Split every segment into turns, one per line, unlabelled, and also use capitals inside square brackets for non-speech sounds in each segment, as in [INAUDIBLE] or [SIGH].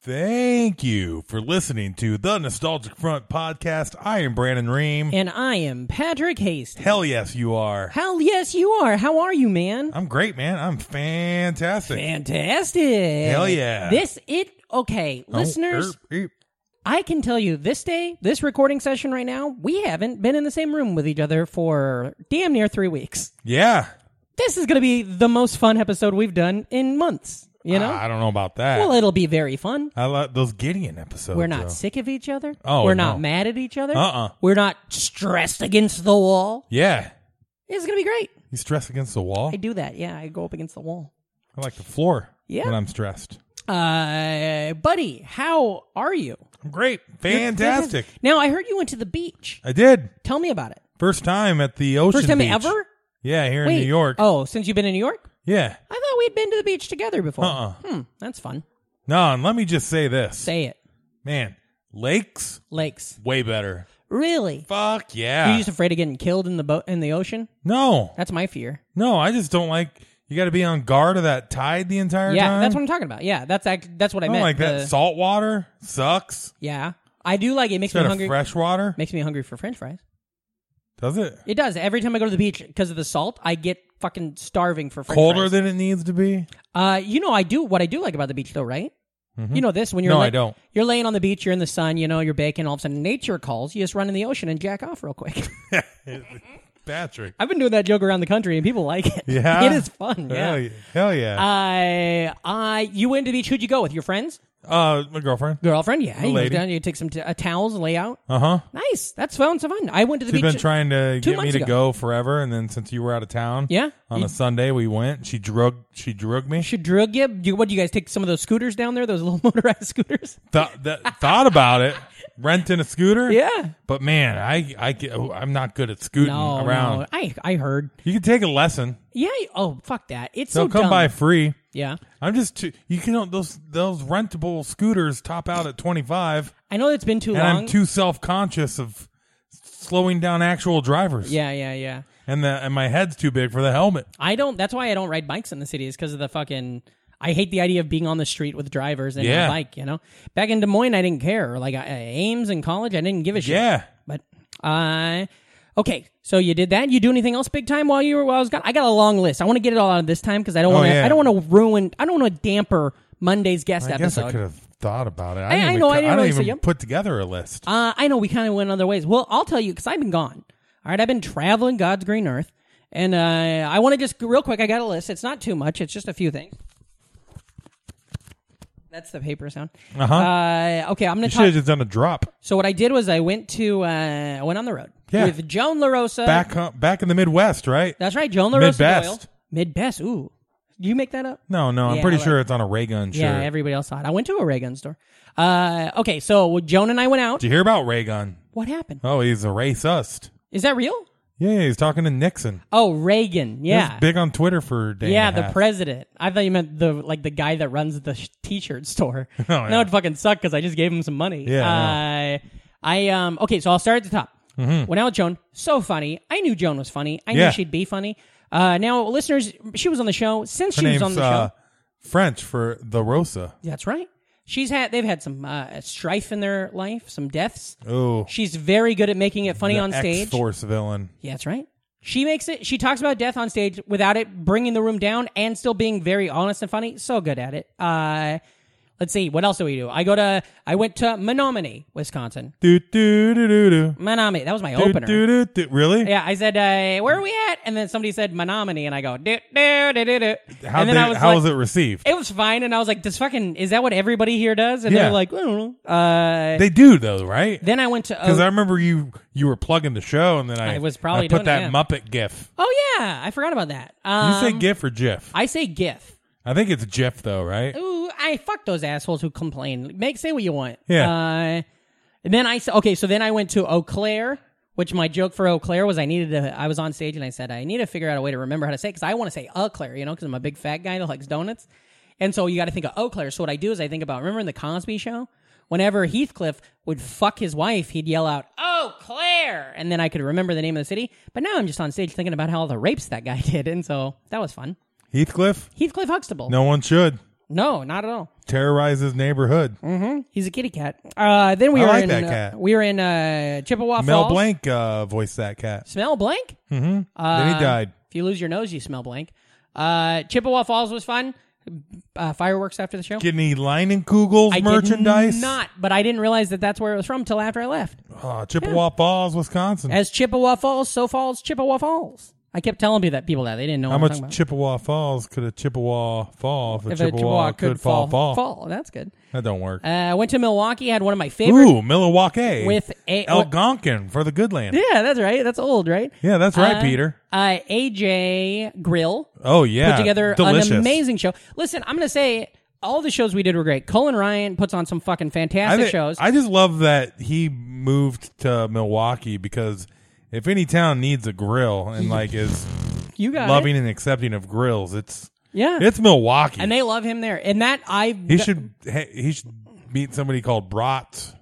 Thank you for listening to the Nostalgic Front podcast. I am Brandon Ream.
And I am Patrick Haste.
Hell yes, you are.
Hell yes, you are. How are you, man?
I'm great, man. I'm fantastic.
Fantastic.
Hell yeah.
This, it, okay,
Oh,
listeners,
er, er.
I can tell you this day, this recording session right now, we haven't been in the same room with each other for damn near three weeks.
Yeah.
This is going to be the most fun episode we've done in months, you know?
I don't know about that.
well, it'll be very fun.
I like those Gideon episodes.
We're not sick of each other.
Oh,
We're
no.
not mad at each other.
Uh-uh.
We're not stressed against the wall.
Yeah.
It's going to be great.
You stressed against the wall?
I do that. Yeah, I go up against the wall.
I like the floor
Yeah.
when I'm stressed.
Uh, buddy, how are you?
I'm great. Fantastic.
Now I heard you went to the beach.
I did.
Tell me about it.
First time at the ocean.
First time
beach.
ever?
Yeah, here
Wait.
in New York.
Oh, since you've been in New York?
Yeah.
I thought we'd been to the beach together before.
Uh-uh.
Hmm, that's fun.
No, and let me just say this.
Say it.
Man, lakes
Lakes.
way better.
Really?
Fuck
Are
yeah.
you just afraid of getting killed in the boat in the ocean?
no,
That's my fear.
no, I just don't like. You got to be on guard of that tide the entire
yeah,
time.
that's what I'm talking about. Yeah, that's act- that's what I
I don't
meant.
like
The-
that. Salt water sucks.
yeah, I do like it. it makes me
Instead of
hungry.
fresh water,
Makes me hungry for French fries.
does it
It does. Every time I go to the beach because of the salt, I get fucking starving for French
colder
fries.
than it needs to be?
Uh, you know, I do what I do like about the beach, though, right? You know this when you're
Mm-hmm. No,
la-
I don't.
You're laying on the beach, you're in the sun, you know, you're baking. All of a sudden, nature calls. You just run in the ocean and jack off real quick. [LAUGHS]
Patrick,
I've been doing that joke around the country, and people like [LAUGHS] it. [LAUGHS]
yeah,
it is fun. Yeah. Uh,
Hell yeah, hell yeah.
I, I, you went to the beach. Who'd you go with? Your friends,
Uh, my girlfriend.
girlfriend? Yeah, you go
lady.
down. You take some t- uh, towels, lay out.
Uh huh.
Nice. That's fun. So fun. I went to the
She's
beach.
been trying to
two
get me
months
to
ago.
go forever, and then since you were out of town,
Yeah.
on
You-
a Sunday we went. She drug, she drug me.
should drug you. you. What do you guys take? Some of those scooters down there, those little [LAUGHS] motorized scooters.
Th- th- thought about it, renting a scooter.
Yeah.
But man, I I get, oh, I'm not good at scooting
[LAUGHS] No,
around.
no. I, I heard.
You can take a lesson.
Yeah. you- Oh, fuck that. It's
They'll
so
come
dumb.
by free.
Yeah.
I'm just too, you can those those rentable scooters top out at 25,
I know it's been too
and
long.
I'm too self conscious of slowing down actual drivers.
yeah, yeah, yeah.
and the and my head's too big for the helmet.
I don't. That's why I don't ride bikes in the city. Is because of the fucking. I hate the idea of being on the street with drivers and
Yeah.
a bike. You know, back in Des Moines, I didn't care. Like I, I- Ames in college, I didn't give a shit.
Yeah.
But uh, okay. So you did that. You do anything else big time while you were while I was gone? I got a long list. I want to get it all out of this time because I don't
Oh,
want to.
yeah.
I don't want to ruin. I don't want to damper Monday's guest
I guess I
episode.
could have thought about it. I,
I
didn't even
know,
co-
I didn't really
even
see 'em.
put together a list.
Uh, I know we kind of went other ways. Well, I'll tell you because I've been gone. All right, I've been traveling God's green earth, and uh, I want to just real quick. I got a list. It's not too much. It's just a few things. That's the paper sound.
Uh-huh.
Uh, okay, I'm gonna
you should have
talk.
just done a drop
So what I did was I went to uh, I went on the road
Yeah.
with Joan Larosa.
back home, back in the Midwest, right?
That's right, Joan Larosa.
Midbest.
Doyle. Midbest. Ooh, you make that up?
No, no, I'm
Yeah,
pretty
like-
sure it's on a ray gun shirt.
Yeah, everybody else saw it. I went to a ray gun store. Uh, okay, so Joan and I went out.
Did you hear about ray gun?
What happened?
Oh, he's a racist.
Is that real?
Yeah, he's talking to Nixon.
Oh, Reagan.
He was
Yeah.
big on Twitter for a day.
Yeah,
and a
the
half.
president. I thought you meant the like the guy that runs the sh- t-shirt store.
[LAUGHS] Oh, yeah.
That would fucking suck because I just gave him some money.
Yeah,
Uh, I um okay, so I'll start at the top. Went out with Joan. So funny. I knew Joan was funny. I
Mm-hmm. Yeah.
knew she'd be funny. Uh, now listeners, she was on the show since
Her
she was
name's
on the
uh,
show.
French for the Rosa.
That's right. She's had they've had some uh, strife in their life, some deaths.
Oh,
She's very good at making it funny
the
on stage.
Force villain.
Yeah, that's right. She makes it. She talks about death on stage without it bringing the room down and still being very honest and funny. So good at it. Uh, let's see. What else do we do? I go to. I went to Menominee, Wisconsin.
Do do do do do.
Menominee. That was my
Do,
opener.
do, do, do. Really?
Yeah, I said, uh, "Where are we at?" And then somebody said Menominee, and I go, "Do do do do do."
How
and
did,
then I was
how
like,
was it received?
It was fine, and I was like, "This fucking is that what everybody here does?" And
Yeah.
they're like, "I don't know." Uh,
they do though, right?
then I went
[LAUGHS]
to oh,
Because
O-
I remember you you were plugging the show, and then I,
I was probably
I put
doing it,
that
yeah.
Muppet GIF.
oh yeah, I forgot about that.
You
Um,
say GIF or GIF?
I say GIF.
I think it's GIF though, right?
Ooh, I I fuck those assholes who complain. Make say what you want.
Yeah.
Uh, and then I s- okay, so then I went to Eau Claire, which my joke for Eau Claire was I needed to. I was on stage and I said I need to figure out a way to remember how to say because I want to say Eau Claire, you know, because I'm a big fat guy that likes donuts, and so you got to think of Eau Claire. So what I do is I think about remember in the Cosby Show. Whenever Heathcliff would fuck his wife, he'd yell out, "Oh, Claire!" and then I could remember the name of the city. But now I'm just on stage thinking about how all the rapes that guy [LAUGHS] did, and so that was fun.
Heathcliff?
Heathcliff Huxtable.
No one should.
No, not at all.
Terrorize his neighborhood.
He's a kitty cat. Uh, then we
I
were
like
in
that
uh,
cat.
we were in uh, Chippewa
Mel
Falls.
Blanc uh, voiced that cat.
Smell blank.
then
Uh,
he died.
If you lose your nose, you smell blank. Uh, Chippewa Falls was fun. Uh, fireworks after the show.
Get any Leinenkugels
I did
merchandise?
not, but I didn't realize that that's where it was from till after I left.
Oh, Chippewa Falls, Wisconsin.
As Chippewa Falls, so falls Chippewa Falls. I kept telling people that people that they didn't know
How
what I'm talking
much
about.
Chippewa Falls could a Chippewa fall if a,
If
Chippewa, could, fall, fall
That's good.
That don't work.
Uh, went to Milwaukee. Had one of my favorite.
Ooh, Milwaukee
With a-
Algonquin for the good land. Yeah,
[LAUGHS] Yeah, that's right. That's old, right?
that's right,
Uh,
Peter.
Uh, AJ Grill.
Oh yeah,
put together
Delicious.
an amazing show. Listen, I'm gonna say all the shows we did were great. Colin Ryan puts on some fucking
I,
fantastic
thi-
shows.
I just love that he moved to Milwaukee because if any town needs a grill
[LAUGHS]
and like is
you got
loving
it.
and accepting of grills, it's
yeah,
it's Milwaukee.
and they love him there. And that I
he should he, he should meet somebody called Brat.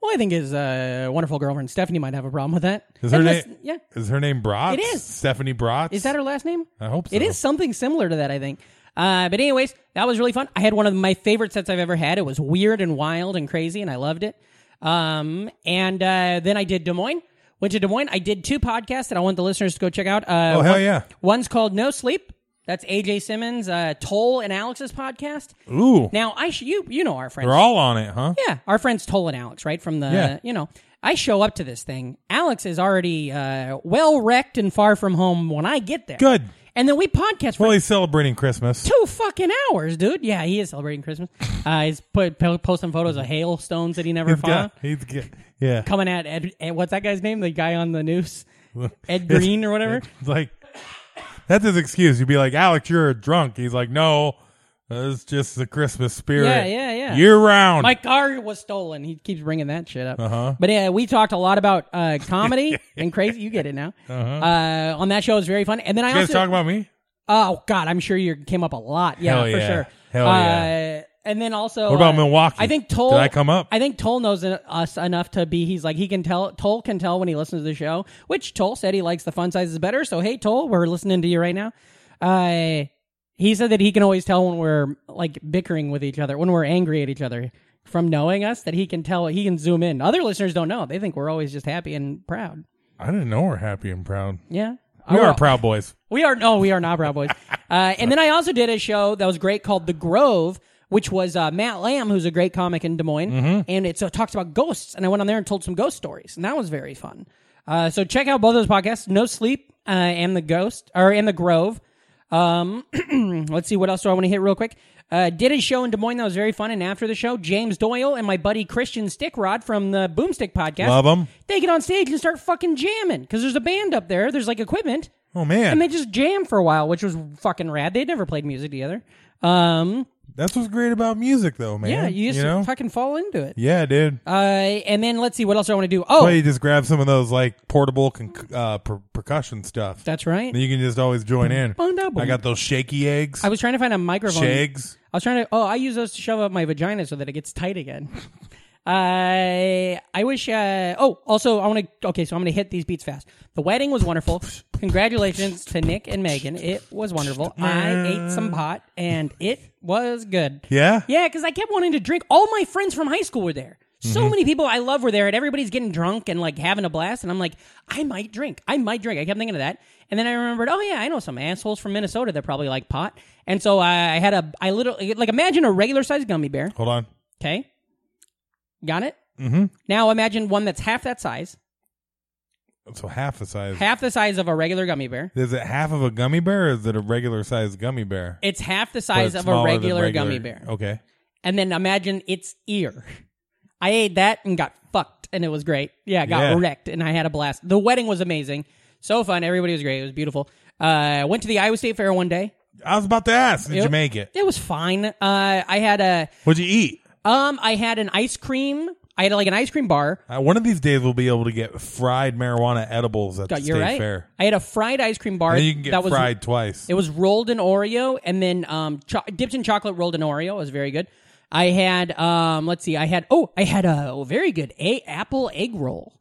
well, I think his uh, wonderful girlfriend Stephanie might have a problem with that.
Is her
And
name?
listen- yeah,
Is her name Brat?
It is.
Stephanie Brat.
is that her last name?
I hope so.
It is something similar to that, I think. Uh, but anyways, that was really fun. I had one of my favorite sets I've ever had. It was weird and wild and crazy, and I loved it. Um, and uh, then I did Des Moines. Went to Des Moines. I did two podcasts that I want the listeners to go check out. Uh,
Oh, hell
one-
yeah.
One's called No Sleep. That's AJ Simmons, uh, Toll and Alex's podcast.
Ooh,
Now I sh- you you know our friends.
they're all on it, huh?
Yeah, our friends Toll and Alex, right? From the,
Yeah.
you know, I show up to this thing. Alex is already uh, well wrecked and far from home when I get there.
Good.
And then we podcast for
Well, he's
[LAUGHS]
celebrating Christmas.
two fucking hours, dude. Yeah, he is celebrating
[LAUGHS]
Christmas. Uh, he's put, po- posting photos of hailstones that he
[LAUGHS]
never
He's
found.
got, he's got, yeah.
Coming at Ed, Ed, what's that guy's name? The guy on the
[LAUGHS]
news, Ed Green or whatever.
It's [LAUGHS] like that's his excuse. You'd be like, Alex, you're drunk. He's like, no, it's just the Christmas spirit.
Yeah, yeah, yeah.
Year round.
My car was stolen. He keeps bringing that shit up. Uh-huh. But yeah, we talked a lot about uh,
[LAUGHS]
comedy and crazy. You get it now. Uh-huh. on that show, it was very fun. And then I
you guys
also
talk about me?
Oh God, I'm sure you came up a lot. Yeah,
Hell
for
yeah.
sure.
Hell
uh,
yeah.
And then also,
What about
uh,
Milwaukee?
I think Toll.
Did I come up?
I think Toll knows en- us enough to be. He's like he can tell. Toll can tell when he listens to the show, which Toll said he likes the fun sizes better. So hey, Toll, we're listening to you right now. Uh, he said that he can always tell when we're like bickering with each other, when we're angry at each other, from knowing us. That he can tell. He can zoom in. Other listeners don't know. They think we're always just happy and proud.
I didn't know we're happy and proud.
Yeah,
We
Our-
are proud boys.
we are no, we are not Brown
[LAUGHS]
Boys. Uh, and then I also did a show that was great called The Grove, which was uh, Matt Lamb, who's a great comic in Des Moines,
Mm-hmm.
and it so talks about ghosts. And I went on there and told some ghost stories, and that was very fun. Uh, so check out both those podcasts: No Sleep uh, and the Ghost, or and the Grove. Um, [CLEARS THROAT] let's see what else do I want to hit real quick. Uh, did a show in Des Moines that was very fun, and after the show, James Doyle and my buddy Christian Stickrod from the Boomstick Podcast,
Love 'em.
They get on stage and start fucking jamming because there's a band up there. There's like equipment,
Oh man,
and they just jammed for a while, which was fucking rad. They'd never played music together. Um,
that's what's great about music, though, man.
yeah, you used
know?
to fucking fall into it.
yeah, dude.
Uh, and then let's see what else do I want to do. Oh,
Why you just grab some of those like portable conc- uh, per- percussion stuff.
that's right.
Then you can just always join in.
Boom, boom, boom.
I got those shaky eggs.
I was trying to find a microphone.
Shags.
I was trying to. Oh, I use those to shove up my vagina so that it gets tight again. [LAUGHS] I I wish. Uh, oh, also I want to. Okay, so I'm going to hit these beats fast. The wedding was wonderful. Congratulations to Nick and Megan. It was wonderful. I ate some pot and it was good.
Yeah?
Yeah, because I kept wanting to drink. All my friends from high school were there. So many people I love were there, and everybody's getting drunk and like having a blast. And I'm like, I might drink. I might drink. I kept thinking of that. And then I remembered, oh yeah, I know some assholes from Minnesota that probably like pot. And so I I had a, I literally, like, imagine a regular sized gummy bear.
Hold on.
Okay. Got it? Mm-hmm. Now imagine one that's half that size,
So half the size.
half the size of a regular gummy bear.
Is it half of a gummy bear or is it a regular sized gummy bear?
It's half the
But
size
it's
of a
smaller than Oh.
regular, gummy bear.
Okay.
And then imagine its ear. I ate that and got fucked, and it was great. Yeah, I got
Yeah.
wrecked, and I had a blast. The wedding was amazing. So fun. Everybody was great. It was beautiful. Uh, I went to the Iowa State Fair one day.
I was about to ask, did
It-
you make it?
It was fine. Uh, I had a
What'd you eat?
um, I had an ice cream. I had like an ice cream bar.
Uh, one of these days we'll be able to get fried marijuana edibles at the
God,
state
you're right.
fair.
I had a fried ice cream bar
And then you can get
that was
fried twice.
It was rolled in Oreo and then um, cho- dipped in chocolate, rolled in Oreo. It was very good. I had, um, let's see, I had, oh, I had a oh, very good a- apple egg roll.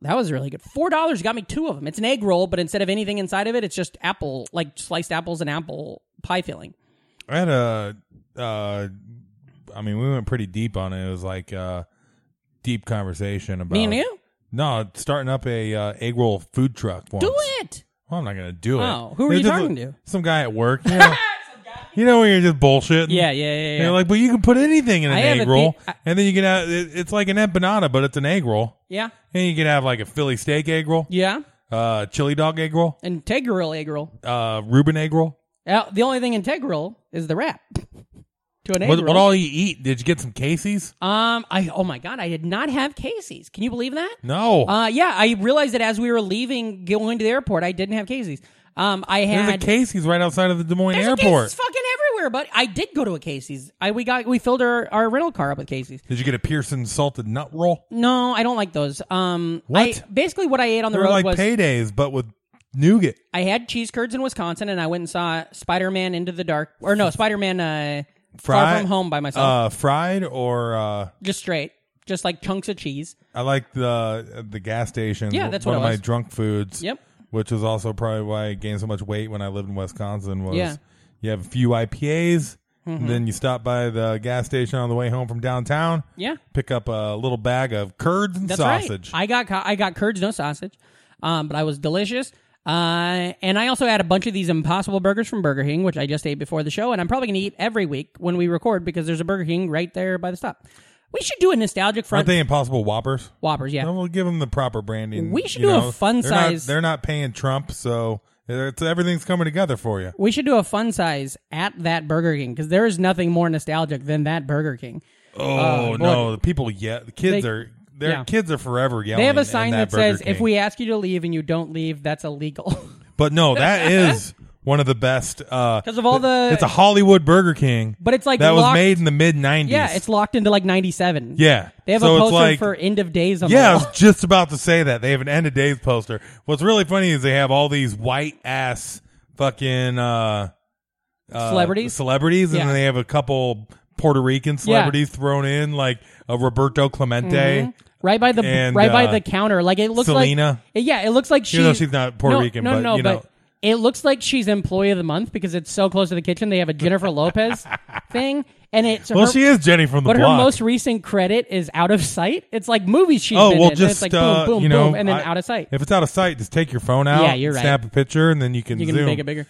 That was really good. Four dollars got me two of them. It's an egg roll, but instead of anything inside of it, it's just apple, like sliced apples and apple pie filling.
I had a, uh, I mean, we went pretty deep on it. It was like a deep conversation about.
Me and you
No, starting up a uh, egg roll food truck. Once.
do it.
Well, I'm not gonna do it.
Oh, who were
It
you
just-
talking to?
Some guy at work. You know, [LAUGHS] you know when you're just bullshitting.
Yeah, yeah, yeah,
They're
yeah.
like, but you can put anything in an
I have a
egg roll,
the- I-
and then you can have it, it's like an empanada, but it's an egg roll,
yeah,
and you can have like a Philly steak egg roll,
yeah.
uh, chili dog egg roll,
Integral egg roll.
uh, Reuben egg roll.
Uh, the only thing integral is the wrap [LAUGHS] to an egg
What,
roll.
what all you eat? Did you get some Casey's?
um, I oh my god, I did not have Casey's. Can you believe that?
No,
Uh, yeah, I realized that as we were leaving, going to the airport, I didn't have Casey's. Um, I
there's
had
a Casey's right outside of the Des Moines
There's a
airport.
Casey's fucking everywhere, but I did go to a Casey's. I we got we filled our, our rental car up with Casey's.
Did you get a Pearson salted nut roll?
No, I don't like those. Um,
What?
I, basically what I ate on the
They're
road
like
was
paydays, but with nougat.
I had cheese curds in Wisconsin, and I went and saw Spider Man Into the Dark, or no, Spider Man uh, Far
Fried-
From Home by myself,
Uh, fried or uh,
just straight, just like chunks of cheese.
I like the the gas station.
Yeah, that's
one
what
of
it
my
was.
drunk foods.
Yep.
Which was also probably why I gained so much weight when I lived in Wisconsin. Was
Yeah. Mm-hmm.
you have a few IPAs, and then you stop by the gas station on the way home from downtown.
Yeah.
Pick up a little bag of curds and
That's
sausage.
right. I got co- I got curds, no sausage, um, but I was delicious. Uh, and I also had a bunch of these Impossible Burgers from Burger King, which I just ate before the show, and I'm probably going to eat every week when we record because there's a Burger King right there by the stop. We should do a nostalgic
Aren't
front
they impossible Whoppers?
Whoppers, yeah.
Then we'll give them the proper branding.
We should
you
do a
know.
fun
They're not-
size-
they're not paying Trump, so it's, everything's coming together for you.
We should do a fun size at that Burger King because there is nothing more nostalgic than that Burger King.
Oh no, the people yet the kids
Uh, They-
are their
yeah.
kids are forever yelling.
They have a
in
sign that,
Oh, Burger
says, "If
King."
we ask you to leave and you don't leave, that's illegal." [LAUGHS]
But no, that is one of the best. Because
'Cause of all the-
it's a Hollywood Burger King.
But it's like
that was
locked-
made in the mid '90s.
yeah, it's locked into like '97.
yeah.
they have
So
a
it's
poster
like-
for "End of Days" on
Yeah, I
the
was
wall.
just about to say that they have an end of days poster. What's really funny is they have all these white ass fucking uh, uh,
Celebrities?
celebrities, and
Yeah.
then they have a couple Puerto Rican celebrities thrown in, like a Roberto
Mm-hmm.
Clemente.
Right by the
And,
right by
uh,
the counter, like it looks
Selena.
like yeah, it looks like she's
Even though she's not Puerto
no,
Rican,
no,
but,
no,
you know.
but it looks like she's employee of the month because it's so close to the kitchen. They have a Jennifer
[LAUGHS]
Lopez thing, and it's
Well,
her-
she is Jenny from the
But
block.
her most recent credit is out of sight. It's like movies she's
Oh
been
well,
in. and
just
it's like
uh,
boom, boom,
you know,
boom, and then
I-
out of sight.
If it's out of sight, just take your phone out.
Yeah, you're right.
Snap a picture, and then you can
You can
zoom.
make it bigger.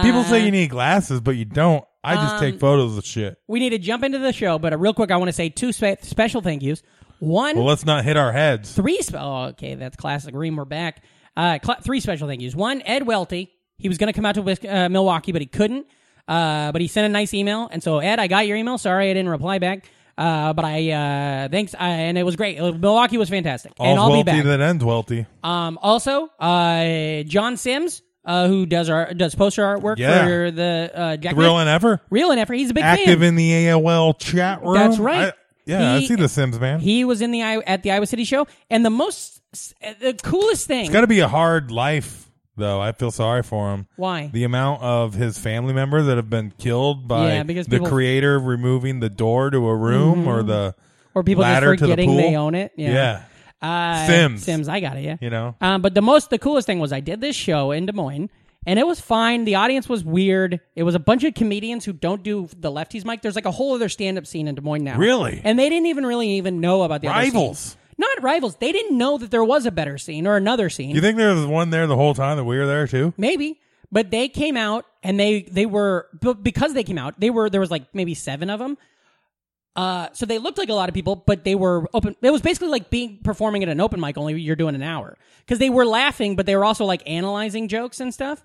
People
Uh,
say
um,
you need glasses, but you don't. I just take photos of shit.
we need to jump into the show, but uh, real quick, I want to say two spe- special thank yous. One,
Well, let's not hit our heads.
three. Spe- oh, okay, that's classic. Ream, we're back. Uh, cla three special thank yous. One, Ed Welty. He was going to come out to Wis- uh, Milwaukee, but he couldn't. Uh, but he sent a nice email, and so Ed, I got your email. Sorry, I didn't reply back. Uh, but I uh, thanks, I, and it was great. Uh, Milwaukee was fantastic, and I'll
All's
be
wealthy
back.
that ends wealthy.
Um, also, uh, John Sims, uh, who does our does poster artwork
Yeah.
for the uh, Jack
Real and ever
Real and Effort. He's a big
active
fan.
in the AOL chat room.
That's right.
I- yeah,
He-
I see the Sims man.
he was in the I- at the Iowa City show, and the most uh, the coolest thing.
it's got to be a hard life, though. I feel sorry for him.
Why?
The amount of his family members that have been killed by
Yeah, because
the
people- Mm-hmm.
creator removing the door to a room or the
or people just
ladder to the
forgetting they
pool.
own it. Yeah. Uh,
Sims.
Sims. I got it. Yeah.
you know.
Um, but the most, the coolest thing was I did this show in Des Moines, and it was fine. The audience was weird. It was a bunch of comedians who don't do the lefties mic. There's like a whole other stand up scene in Des Moines now.
Really?
And they didn't even really even know about the other scene.
Rivals.
Not rivals. They didn't know that there was a better scene or another scene.
You think there was one there the whole time that we were there too?
maybe but they came out and they they were but because they came out they were there was like maybe seven of them uh so they looked like a lot of people but they were open it was basically like being performing at an open mic only you're doing an hour because they were laughing but they were also like analyzing jokes and stuff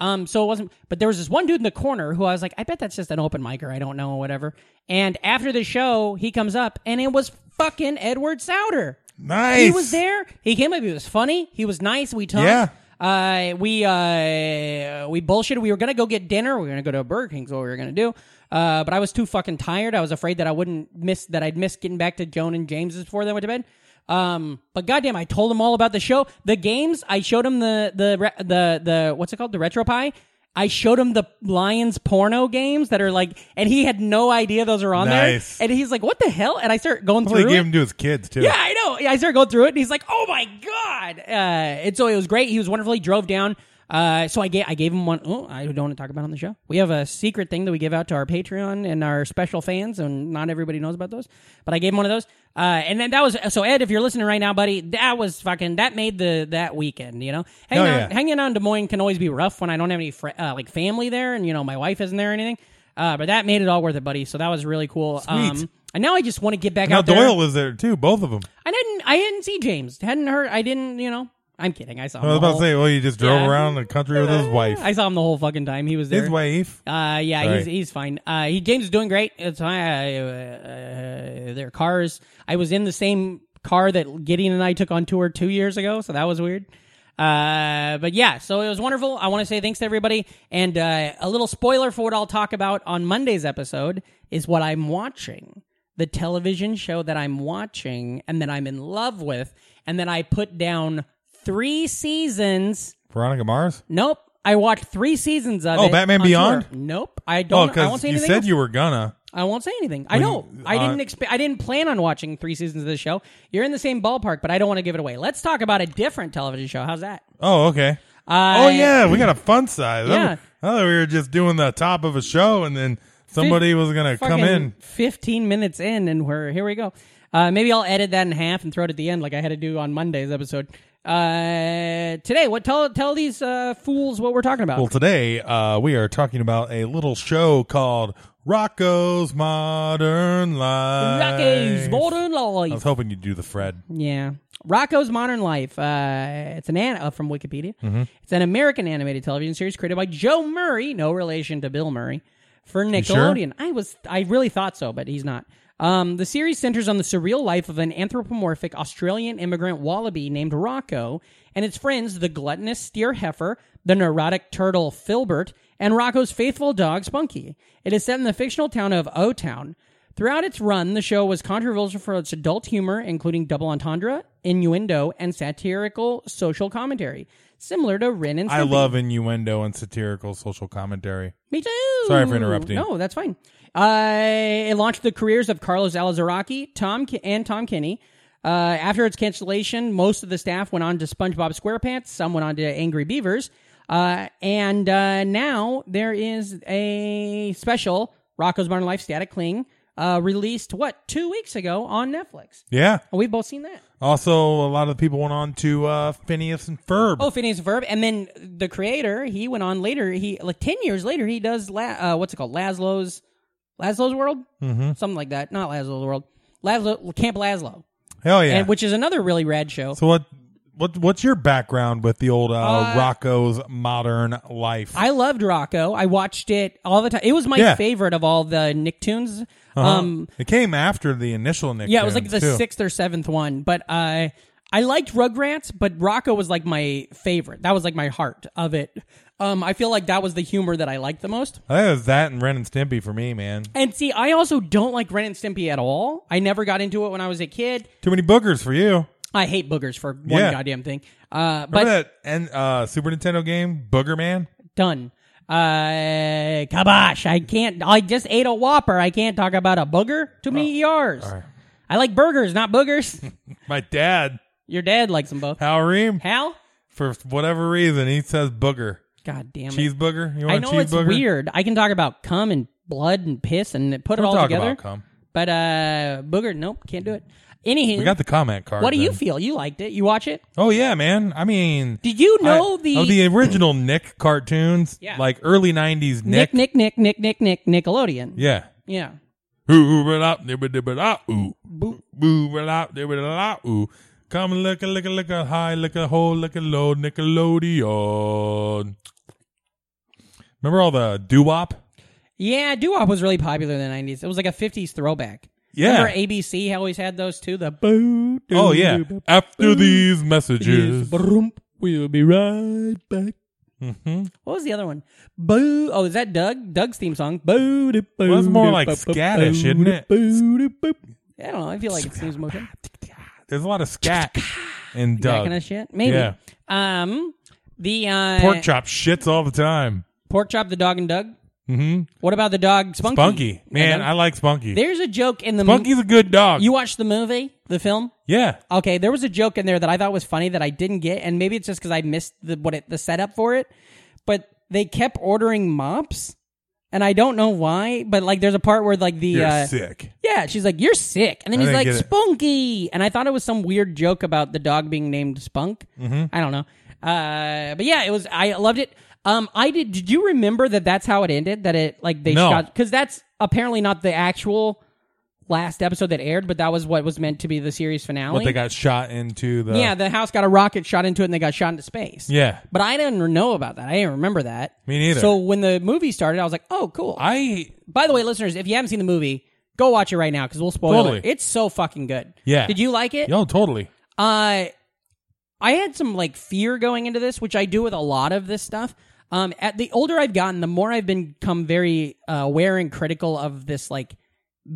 um so it wasn't but there was this one dude in the corner who i was like i bet that's just an open micer i don't know or whatever and after the show he comes up and it was fucking edward souter
Nice.
he was there. He came up. He was funny. He was nice. We talked.
Yeah.
Uh, we uh, we bullshit. We were gonna go get dinner. We were gonna go to a Burger King's. What we were gonna do. Uh, but I was too fucking tired. I was afraid that I wouldn't miss that I'd miss getting back to Joan and James before they went to bed. Um, but goddamn, I told them all about the show, the games. I showed them the the re- the the what's it called, the RetroPie. I showed him the Lions porno games that are like, and he had no idea those were on
Nice.
there. And he's like, "What the hell?" And I start going
Probably
through.
gave
it.
him to his kids too.
Yeah, I know. Yeah, I started going through it, and he's like, "Oh my god!" Uh, and so it was great. He was wonderful. He drove down. Uh, so I gave I gave him one. Oh, I don't want to talk about it on the show. We have a secret thing that we give out to our Patreon and our special fans, and not everybody knows about those. But I gave him one of those. Uh, and then that was so Ed, if you're listening right now, buddy, that was fucking that made the that weekend. You know, hanging
Oh,
out,
yeah.
hanging out in Des Moines can always be rough when I don't have any fr- uh, like family there, and you know my wife isn't there or anything. Uh, but that made it all worth it, buddy. So that was really cool. Um, and now I just want to get back
Now
out there.
Doyle was there too. Both of them.
I didn't. I didn't see James. Hadn't heard. I didn't. You know. I'm kidding. I saw. Him
I was
the
about to
whole,
say, well, you just drove
Oh. Yeah.
around the country with his wife.
I saw him the whole fucking time. He was there.
his wife.
Uh, yeah, he's
Sorry.
he's fine. Uh, he James is doing great. It's fine. Uh, uh, their cars. I was in the same car that Gideon and I took on tour two years ago, so that was weird. Uh, but yeah, so it was wonderful. I want to say thanks to everybody, and uh, a little spoiler for what I'll talk about on Monday's episode is what I'm watching. The television show that I'm watching and that I'm in love with, and then I put down three seasons
Veronica Mars.
Nope. I watched three seasons of
Oh,
it.
Batman
on
Beyond?
tour. Nope. I
Oh,
don't. I won't
because
say
you
anything.
said
else.
you were gonna.
I won't say anything. I
Well,
know.
you-
I
uh,
didn't. Expe- I didn't plan on watching three seasons of this show. You're in the same ballpark, but I don't want to give it away. Let's talk about a different television show. How's that?
Oh, okay.
I-
oh yeah, we got a fun size.
Yeah.
I thought we were just doing the top of a show, and then somebody was gonna come
Fucking
in.
15 minutes in, and we're here. We go. Uh, maybe I'll edit that in half and throw it at the end, like I had to do on Monday's episode. Uh, today, what? Tell tell these uh, fools what we're talking about.
Well, today uh, we are talking about a little show called Rocco's Modern Life.
Rockies, modern
I
life.
was hoping you'd do the Fred.
Yeah. Rocco's Modern Life. Uh, it's an an- uh, from Wikipedia. It's an American animated television series created by Joe Murray, no relation to Bill Murray, for Nickelodeon. I was I really thought so, but he's not. Um, the series centers on the surreal life of an anthropomorphic Australian immigrant wallaby named Rocco and its friends, the gluttonous steer heifer, the neurotic turtle Filbert, and Rocco's faithful dog Spunky. It is set in the fictional town of O Town. Throughout its run, the show was controversial for its adult humor, including double entendre, innuendo, and satirical social commentary, similar to Ren and Stimpy.
I love innuendo and satirical social commentary.
Me too.
Sorry for interrupting.
No, that's fine. Uh, it launched the careers of Carlos Alizaraki, Tom Ki- and Tom Kenny. Uh, after its cancellation, most of the staff went on to SpongeBob SquarePants. Some went on to Angry Beavers. Uh, and uh, now there is a special Rocco's Modern Life Static Cling uh, released what two weeks ago on Netflix.
Yeah.
And we've both seen that.
Also, a lot of the people went on to uh, Phineas and Ferb.
Oh, Phineas and Ferb, and then the creator he went on later. He like ten years later he does La- uh, what's it called Laszlo's Laszlo's World, mm-hmm. something like that. Not Laszlo's World, Laszlo Camp Laszlo,
Hell yeah!
and which is another really rad show.
so what? What? What's your background with the old uh, Rocco's Modern Life?
I loved Rocco. I watched it all the time. It was my
Yeah.
favorite of all the Nicktoons. Um,
it came after the initial Nick.
yeah, it was like the sixth or seventh one, but uh, I liked Rugrats, but Rocco was like my favorite. That was like my heart of it. Um, I feel like that was the humor that I liked the most.
I think it was that and Ren and Stimpy for me, man.
And see, I also don't like Ren and Stimpy at all. I never got into it when I was a kid.
Too many boogers for you.
I hate boogers for one
Yeah.
goddamn thing. Uh, but
Remember that and uh, Super Nintendo game Booger Man?
done. Uh, kabosh! I can't. I just ate a Whopper. I can't talk about a booger. Too many
Oh.
ERs. I like burgers, not boogers. [LAUGHS]
My dad,
Your dad likes them both.
Hal Ream,
Hal?
for whatever reason, he says booger,
God damn it!
cheese uh, booger. You
I
want a
know
cheese
it's
booger?
weird. I can talk about cum and blood and piss and put it
We'll
all
talk
together.
about cum.
But uh, booger, nope, can't do it. Anywho,
We got the comment card.
what do you
then.
feel? You liked it? You watch it?
Oh yeah, man. I mean,
Did you
I-
know the
of Oh, the original Nick cartoons,
Yeah.
like early '90s Nick.
Nick Nick Nick Nick Nick Nick Nickelodeon?
Yeah.
Yeah.
Ooh, ba da, dibba dibba da, ooh. Boo, boo, ba da, dibba da, da, ooh. Come look a look a look a high, look a hole, look a low, Nickelodeon. Remember all the doo wop?
Yeah, doo-wop was really popular in the 90s. It was like a 50s throwback.
Yeah.
Remember ABC always had those too, the boo.
Oh yeah. After these messages,
Broom,
We will be right back. Mm-hmm.
What was the other one? Boo. Oh, is that Doug? Doug's theme song. Boo. Boo.
Well, that's more like scattish, isn't it?
I don't know. I feel like it seems Motown.
There's a lot of scat and
That
Doug.
kind of shit. Maybe.
Yeah.
Um. The uh,
Pork chop shits all the time.
pork chop, the dog and Doug. Mm-hmm. What about the dog Spunky?
Spunky, man,
Doug.
I like Spunky.
There's a joke in the movie.
Spunky's a good dog.
You watched the movie, the film.
yeah,
Okay, there was a joke in there that I thought was funny that I didn't get, and maybe it's just because I missed the what it, the setup for it. But they kept ordering mops, and I don't know why. But like, there's a part where like the
you're
uh,
sick.
yeah, she's like, "You're sick," and then
I
he's
didn't
like,
get it.
"Spunky," and I thought it was some weird joke about the dog being named Spunk. Mm-hmm. I don't know, uh, but yeah, it was. I loved it. Um, I did. Did you remember that? That's how it ended. That it like they
No.
shot because that's apparently not the actual last episode that aired, but that was what was meant to be the series finale.
But they got shot into the
yeah, the house got a rocket shot into it, and they got shot into space.
yeah.
But I didn't know about that. I didn't remember that.
Me neither.
So when the movie started, I was like, "Oh, cool."
I
By the way, listeners, if you haven't seen the movie, go watch it right now because we'll spoil
Totally.
it. It's so fucking good.
Yeah.
Did you like it?
yo totally.
Uh, I had some like fear going into this, which I do with a lot of this stuff. Um, at the older I've gotten, the more I've become very uh, aware and critical of this like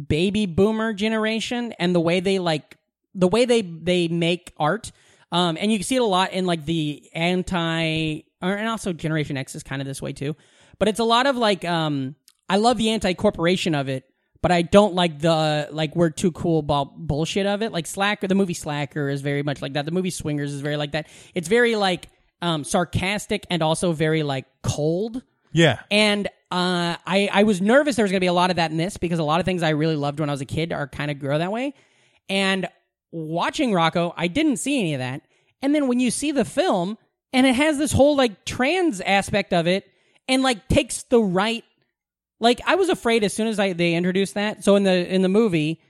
baby boomer generation and the way they like the way they they make art. Um, and you can see it a lot in like the anti, or, and also Generation X is kind of this way too. But it's a lot of like, um, I love the anti corporation of it, but I don't like the like we're too cool ball bullshit of it. Like Slacker, the movie Slacker is very much like that. The movie Swingers is very like that. It's very like um, sarcastic and also very like cold.
Yeah,
And uh, I I was nervous there was gonna be a lot of that in this because a lot of things I really loved when I was a kid are kind of grow that way. And watching Rocco, I didn't see any of that. And then when you see the film and it has this whole like trans aspect of it and like takes the right like I was afraid as soon as I they introduced that. So in the in the movie,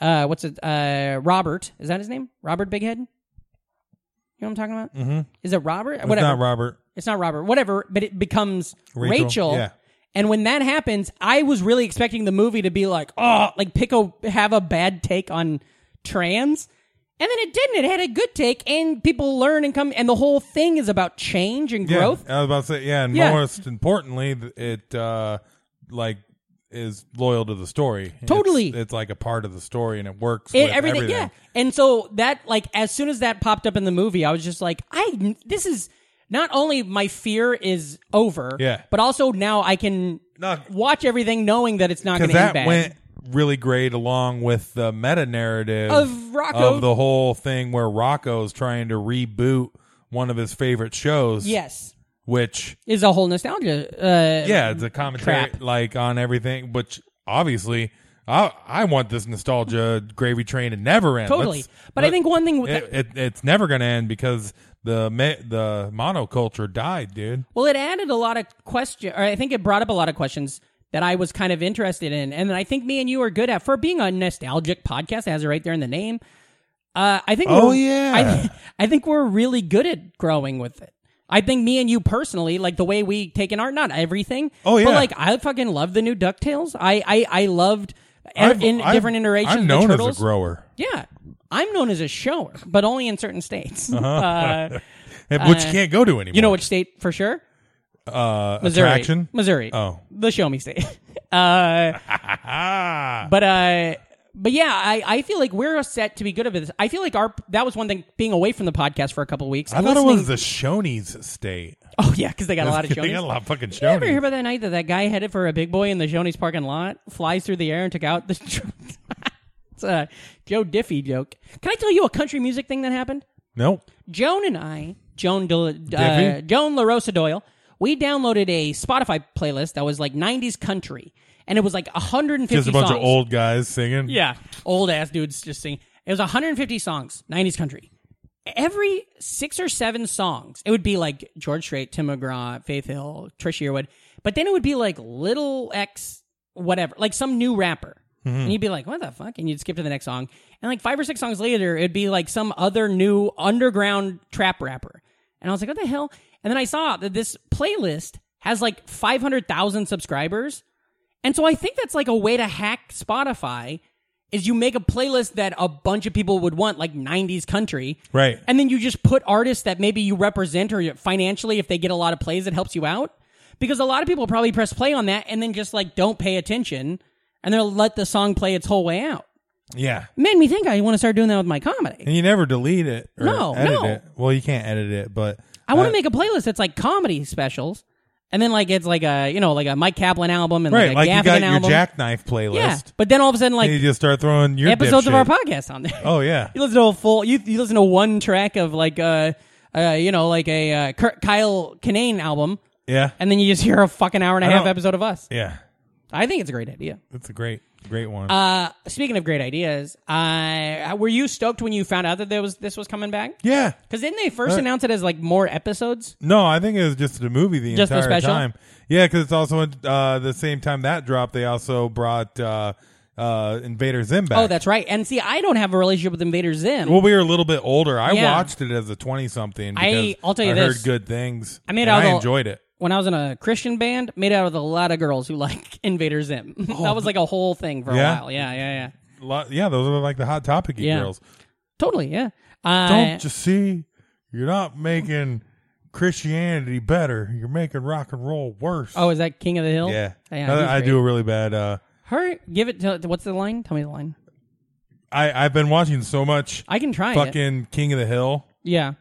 uh what's it uh Robert, is that his name? Robert Bighead? You know what I'm talking about? Mm-hmm. Is it Robert?
it's not Robert.
it's not Robert, whatever, but it becomes Rachel.
Rachel, yeah.
And when that happens, I was really expecting the movie to be like, oh, like pick a have a bad take on trans. And then it didn't. It had a good take and people learn and come and the whole thing is about change and
Yeah,
growth.
I was about to say yeah, and
Yeah.
most importantly, th- it uh like is loyal to the story.
Totally.
it's, it's like a part of the story, and it works.
It,
with
everything, yeah. And so that, like, as soon as that popped up in the movie, I was just like, I, this is not only my fear is over,
Yeah.
but also now I can
No.
watch everything knowing that it's not going
because
to end
that
bad.
went really great along with the meta narrative
Of Rocco.
of the whole thing where Rocco's trying to reboot one of his favorite shows.
yes,
which
is a whole nostalgia. Uh,
yeah, it's a commentary
Crap.
like on everything. Which obviously, I I want this nostalgia gravy train to never end.
Totally.
Let's-
But I think one thing with
it, it, it's never going to end because the me, the monoculture died, dude.
Well, it added a lot of question, or I think it brought up a lot of questions that I was kind of interested in, and I think me and you are good at for being a nostalgic podcast. It has it right there in the name. Uh, I think.
Oh,
we're-
yeah.
I, I think we're really good at growing with it. I think me and you personally, like the way we take in art, not everything.
Oh, yeah.
But like, I fucking love the new Ducktales. I I, I loved
I've-
in
I've-
different iterations.
I'm
of
known
the
as
Turtles.
a grower,
Yeah, I'm known as a shower, but only in certain states. Uh,
and- which you can't go to anymore.
you know which state for sure?
uh,
Missouri.
attraction?
Missouri.
Oh.
The show me state. [LAUGHS] uh,
Ah,
but uh but yeah, I, I feel like we're set to be good at this. I feel like our that was one thing being away from the podcast for a couple weeks.
I thought it
listening-
was the Shoney's state.
[LAUGHS] Oh yeah, because they got a lot of
[LAUGHS] They got a
Shoney's.
lot of fucking
Did you ever hear
Shoney's.
about that night that that guy headed for a big boy in the Shoney's parking lot, flies through the air and took out the? [LAUGHS] it's a Joe Diffie joke. Can I tell you a country music thing that happened?
Nope.
Joan and I, Joan Del- uh,
Diffie?
Joan LaRosa Doyle, we downloaded a Spotify playlist that was like 90s country. And it was like 150
Just a bunch
songs.
of old guys singing.
Yeah. Old ass dudes just singing. It was 150 songs, 90s country. Every six or seven songs, it would be like George Strait, Tim McGraw, Faith Hill, Trish Yearwood. But then it would be like Little X, whatever, like some new rapper. And you'd be like, what the fuck? And you'd skip to the next song. And like five or six songs later, it'd be like some other new underground trap rapper. And I was like, what the hell? And then I saw that this playlist has like 500,000 subscribers. And so I think that's like a way to hack Spotify is you make a playlist that a bunch of people would want, like 90s country.
Right.
And then you just put artists that maybe you represent or financially, if they get a lot of plays, it helps you out. Because a lot of people probably press play on that and then just like don't pay attention and they'll let the song play its whole way out.
Yeah.
Made me think I want to start doing that with my comedy.
And you never delete it or
No,
edit
no.
it. Well, you can't edit it, but
I want to make a playlist that's like comedy specials, and then like it's like a you know like a Mike Kaplan album and
right,
like
like
a
you
Gaffigan
got
album.
your jackknife playlist.
yeah, but then all of a sudden
and you
like
just start throwing your
episodes of our
dipshit.
podcast on there.
Oh yeah,
you listen to a full you you listen to one track of like uh uh you know like a uh, Kurt, Kyle Kinane album,
yeah,
and then you just hear a fucking hour and a
I
half
don't-
episode of us.
yeah.
I think it's a great idea.
That's a great, great one.
Uh, speaking of great ideas, uh, were you stoked when you found out that there was this was coming back?
yeah,
Because didn't they first announce it as like more episodes?
no, I think it was just the movie the
Just the
entire
special?
time. Yeah, because it's also uh, the same time that dropped. They also brought uh, uh, Invader Zim back.
Oh, that's right. And see, I don't have a relationship with Invader Zim.
well, we were a little bit older. I
Yeah.
watched it as a twenty-something.
I-
because
I'll tell you
I
this.
heard good things.
I made
and
out
I
all-
enjoyed it.
when I was in a Christian band, made out with a lot of girls who like [LAUGHS] Invader Zim. [LAUGHS] that was like a whole thing for
Oh. Yeah?
a while. Yeah, yeah, yeah.
Lo- yeah, those were like the hot topic
Yeah.
girls.
Totally, yeah. Uh,
Don't you see? You're not making Christianity better. You're making rock and roll worse.
oh, is that King of the Hill?
yeah.
yeah
I, I
he's
do a
great.
really bad. Uh,
Her, give it to, what's the line? Tell me the line.
I I've been watching so much
I can try it.
fucking King of the Hill
Yeah.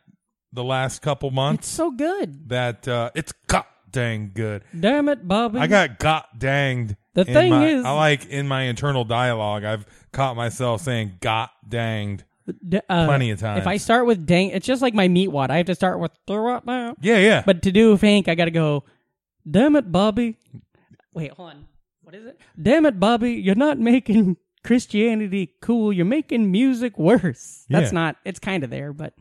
the last couple
It's
months
so good.
that uh, it's god dang good.
Damn it, Bobby.
I got god danged.
The
in
thing
my-
is-
I like in my internal dialogue. I've caught myself saying god danged.
D- uh,
plenty of times.
If I start with dang, it's just like my meat wad. I have to start with. But
Yeah, yeah.
to do Hank, I got to go, damn it, Bobby. Wait, hold on. What is it? Damn it, Bobby. You're not making [LAUGHS] Christianity cool. You're making music worse. That's
Yeah.
not, it's kind of there, but.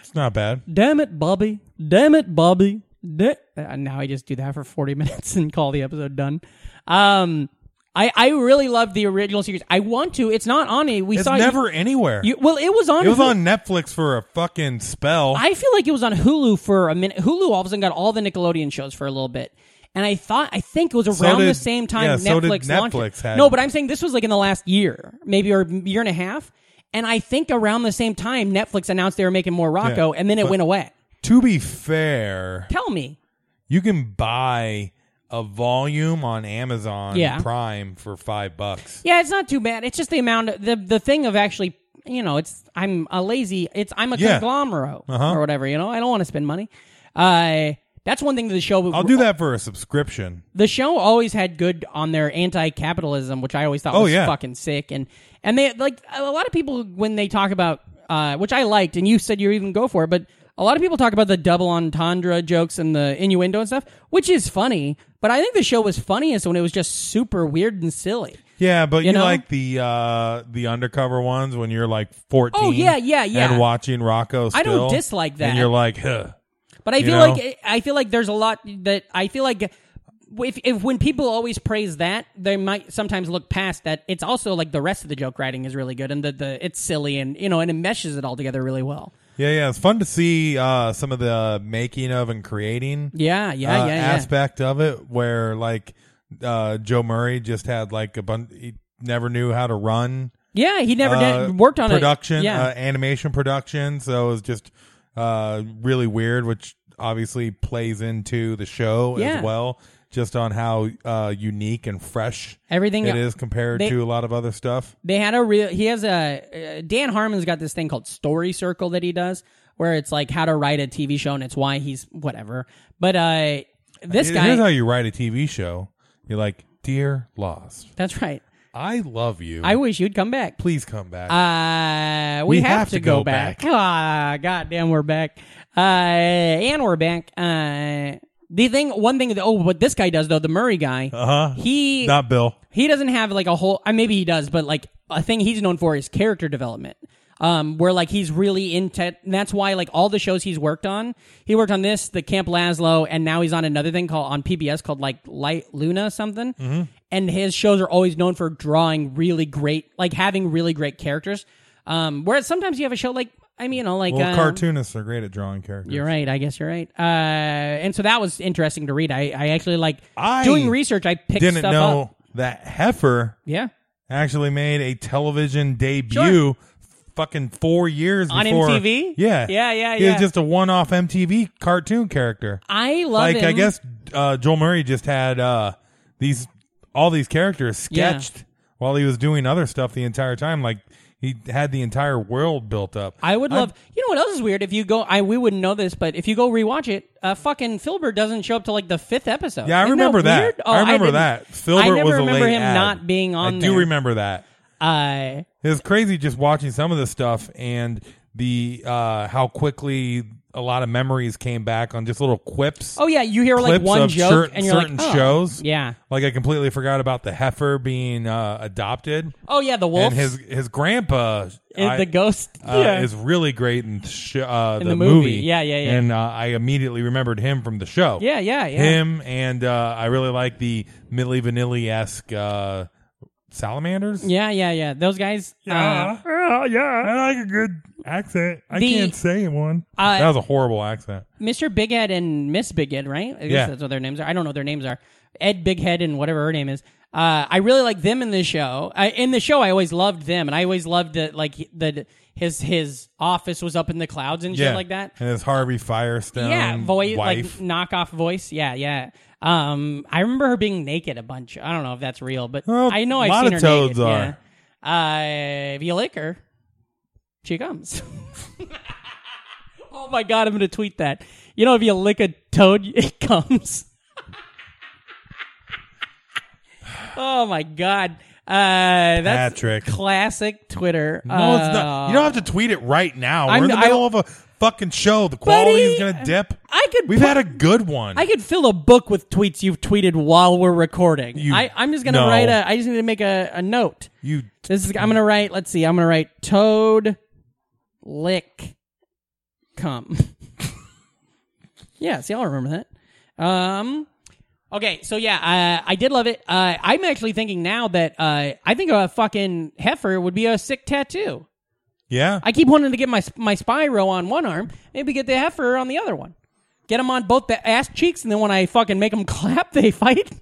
it's not bad.
Damn it, Bobby. Damn it, Bobby. Da- uh, now I just do that for 40 [LAUGHS] minutes and call the episode done. Um, I, I really love the original series. I want to. It's not on it. We
It's
saw
never anywhere.
You, you- well, it was on.
it was
Hulu.
on Netflix for a fucking spell.
I feel like it was on Hulu for a minute. Hulu all of a sudden got all the Nickelodeon shows for a little bit. And I thought, I think it was around the
did-
same time
yeah,
Netflix
so did
launched. it.
Netflix had-
no, but I'm saying this was like in the last year, maybe or year and a half. And I think around the same time Netflix announced they were making more Rocco,
Yeah,
and then it
but-
went away.
to be fair,
Tell me,
you can buy a volume on Amazon
Yeah.
Prime for five bucks.
Yeah, it's not too bad. It's just the amount of, the the thing of actually, you know, it's I'm a lazy. It's I'm a
Yeah. Uh-huh.
conglomerate or whatever. You know, I don't want to spend money. Uh, that's one thing that the show.
I'll do that for a subscription.
The show always had good on their anti-capitalism, which I always thought
Oh,
was
yeah.
fucking sick. And and they like a lot of people when they talk about uh, which I liked, and you said you even go for it, but. A lot of people talk about the double entendre jokes and the innuendo and stuff, which is funny. But I think the show was funniest when it was just super weird and silly.
Yeah, but
You
you,
know?
like the uh the undercover ones when you're like fourteen.
Oh, yeah, yeah, yeah.
And watching Rocco. Still,
I don't dislike that.
And you're like, huh.
But I
You
feel
know?
like I feel like there's a lot that I feel like if, if when people always praise that, they might sometimes look past that. It's also like the rest of the joke writing is really good and the, the it's silly and you know and it meshes it all together really well.
Yeah, yeah. It's fun to see uh, some of the making of and creating.
Yeah, yeah,
uh,
yeah, yeah.
aspect of it where like uh, Joe Murray just had like a bunch. He never knew how to run.
yeah, he never
uh,
did, worked on a-
production,
Yeah,
uh, animation production. So it was just uh, really weird, which obviously plays into the show
Yeah.
as well, just on how uh, unique and fresh
everything
it is compared
they-
to a lot of other stuff.
they had a real he has a uh, dan harmon's got this thing called story circle that he does where it's like how to write a tv show and it's why he's whatever but uh this
Here-
guy
Here's how you write a TV show. You're like, dear Lost,
that's right
I love you.
i wish you'd come back
Please come back.
Uh, we, have, to, go, back. Ah, goddamn, we're back. Uh, and we're back. Uh, the thing, one thing. That, oh, what this guy does though, the Murray guy. Uh huh. He
Not Bill.
he doesn't have like a whole. Uh, maybe he does, but like a thing he's known for is character development. Um, where like he's really into. And that's why like all the shows he's worked on. He worked on this, the Camp Laszlo, and now he's on another thing called on PBS called like Light Luna something.
Mm-hmm.
And his shows are always known for drawing really great, like having really great characters. Um, whereas sometimes you have a show like I mean, you know, like
Well,
uh,
cartoonists are great at drawing characters.
You're right. I guess you're right. Uh, and so that was interesting to read. I, I actually like
I
doing research. I picked
Didn't
stuff
know
up.
that Heifer
Yeah.
actually made a television debut
Sure.
fucking four years
On
before.
MTV?
Yeah.
Yeah, yeah,
He
yeah.
was just a one off MTV cartoon character.
I love
like,
him.
I guess uh, Joel Murray just had uh, these all these characters
Yeah.
sketched while he was doing other stuff the entire time. Like, he had the entire world built up.
I would love. you know what else is weird? If you go, I we wouldn't know this, but if you go rewatch it, uh, fucking Filbert doesn't show up till like the fifth episode.
Yeah, I
Isn't
remember that.
weird? Oh,
I remember
didn't-
that. Filbert
I never
was a
remember
late
him
ad.
not being on.
I
there.
do remember that.
Uh,
It was crazy just watching some of this stuff and the uh how quickly a lot of memories came back on just little quips.
oh yeah, you hear like
clips
one
of
joke
cer-
and you're like,
certain
oh,
shows.
Yeah.
Like I completely forgot about the heifer being uh adopted
Oh yeah, the wolf
and his his grandpa
and
I-
the ghost.
uh,
[LAUGHS] yeah.
is really great in, sh- uh,
the movie. Yeah, yeah, yeah.
And uh, I immediately remembered him from the show.
yeah, yeah, yeah.
Him and uh, I really like the Milli Vanilli esque uh, salamanders.
Yeah, yeah, yeah. Those guys. uh,
yeah, yeah. Uh-huh. I like a good accent. I
The- can't
say one.
Uh,
that was a horrible accent.
Mr. Big Ed and Miss Big Ed, right? I guess
Yeah.
that's what their names are. I don't know what their names are. Ed Big Head and whatever her name is. Uh, I really like them in this show. I, in the show, I always loved them, and I always loved that like he- that his his office was up in the clouds and shit like that.
And it's Harvey Firestone.
yeah, voice
wife.
like knockoff voice. Yeah, yeah. Um, I remember her being naked a bunch. I don't know if that's real, but
Well,
I know
a
I've
lot
seen her
of toads
naked.
are.
Yeah. Uh, if you lick her, she comes. [LAUGHS] oh my god, I'm gonna tweet that. You know, if you lick a toad, [LAUGHS] it comes. [LAUGHS] oh my god, uh, that's
Patrick.
classic Twitter.
no, it's not. You don't have to tweet it right now.
uh,
We're
I'm-
in the
I-
middle of a fucking show. The quality is gonna dip.
I could
We've
put-
had a good one.
I could fill a book with tweets you've tweeted while we're recording.
You-
I, I'm just gonna
no.
write a. I just need to make a, a note.
you
This is. I'm gonna write. Let's see. I'm gonna write toad, lick, come. [LAUGHS] yeah. See, I'll remember that. Um. Okay. So yeah, uh, I did love it. Uh, I'm actually thinking now that uh, I think a fucking heifer would be a sick tattoo.
yeah.
I keep wanting to get my my Spyro on one arm, maybe get the heifer on the other one. Get them on both the ass cheeks, and then when I fucking make them [LAUGHS] clap, they fight.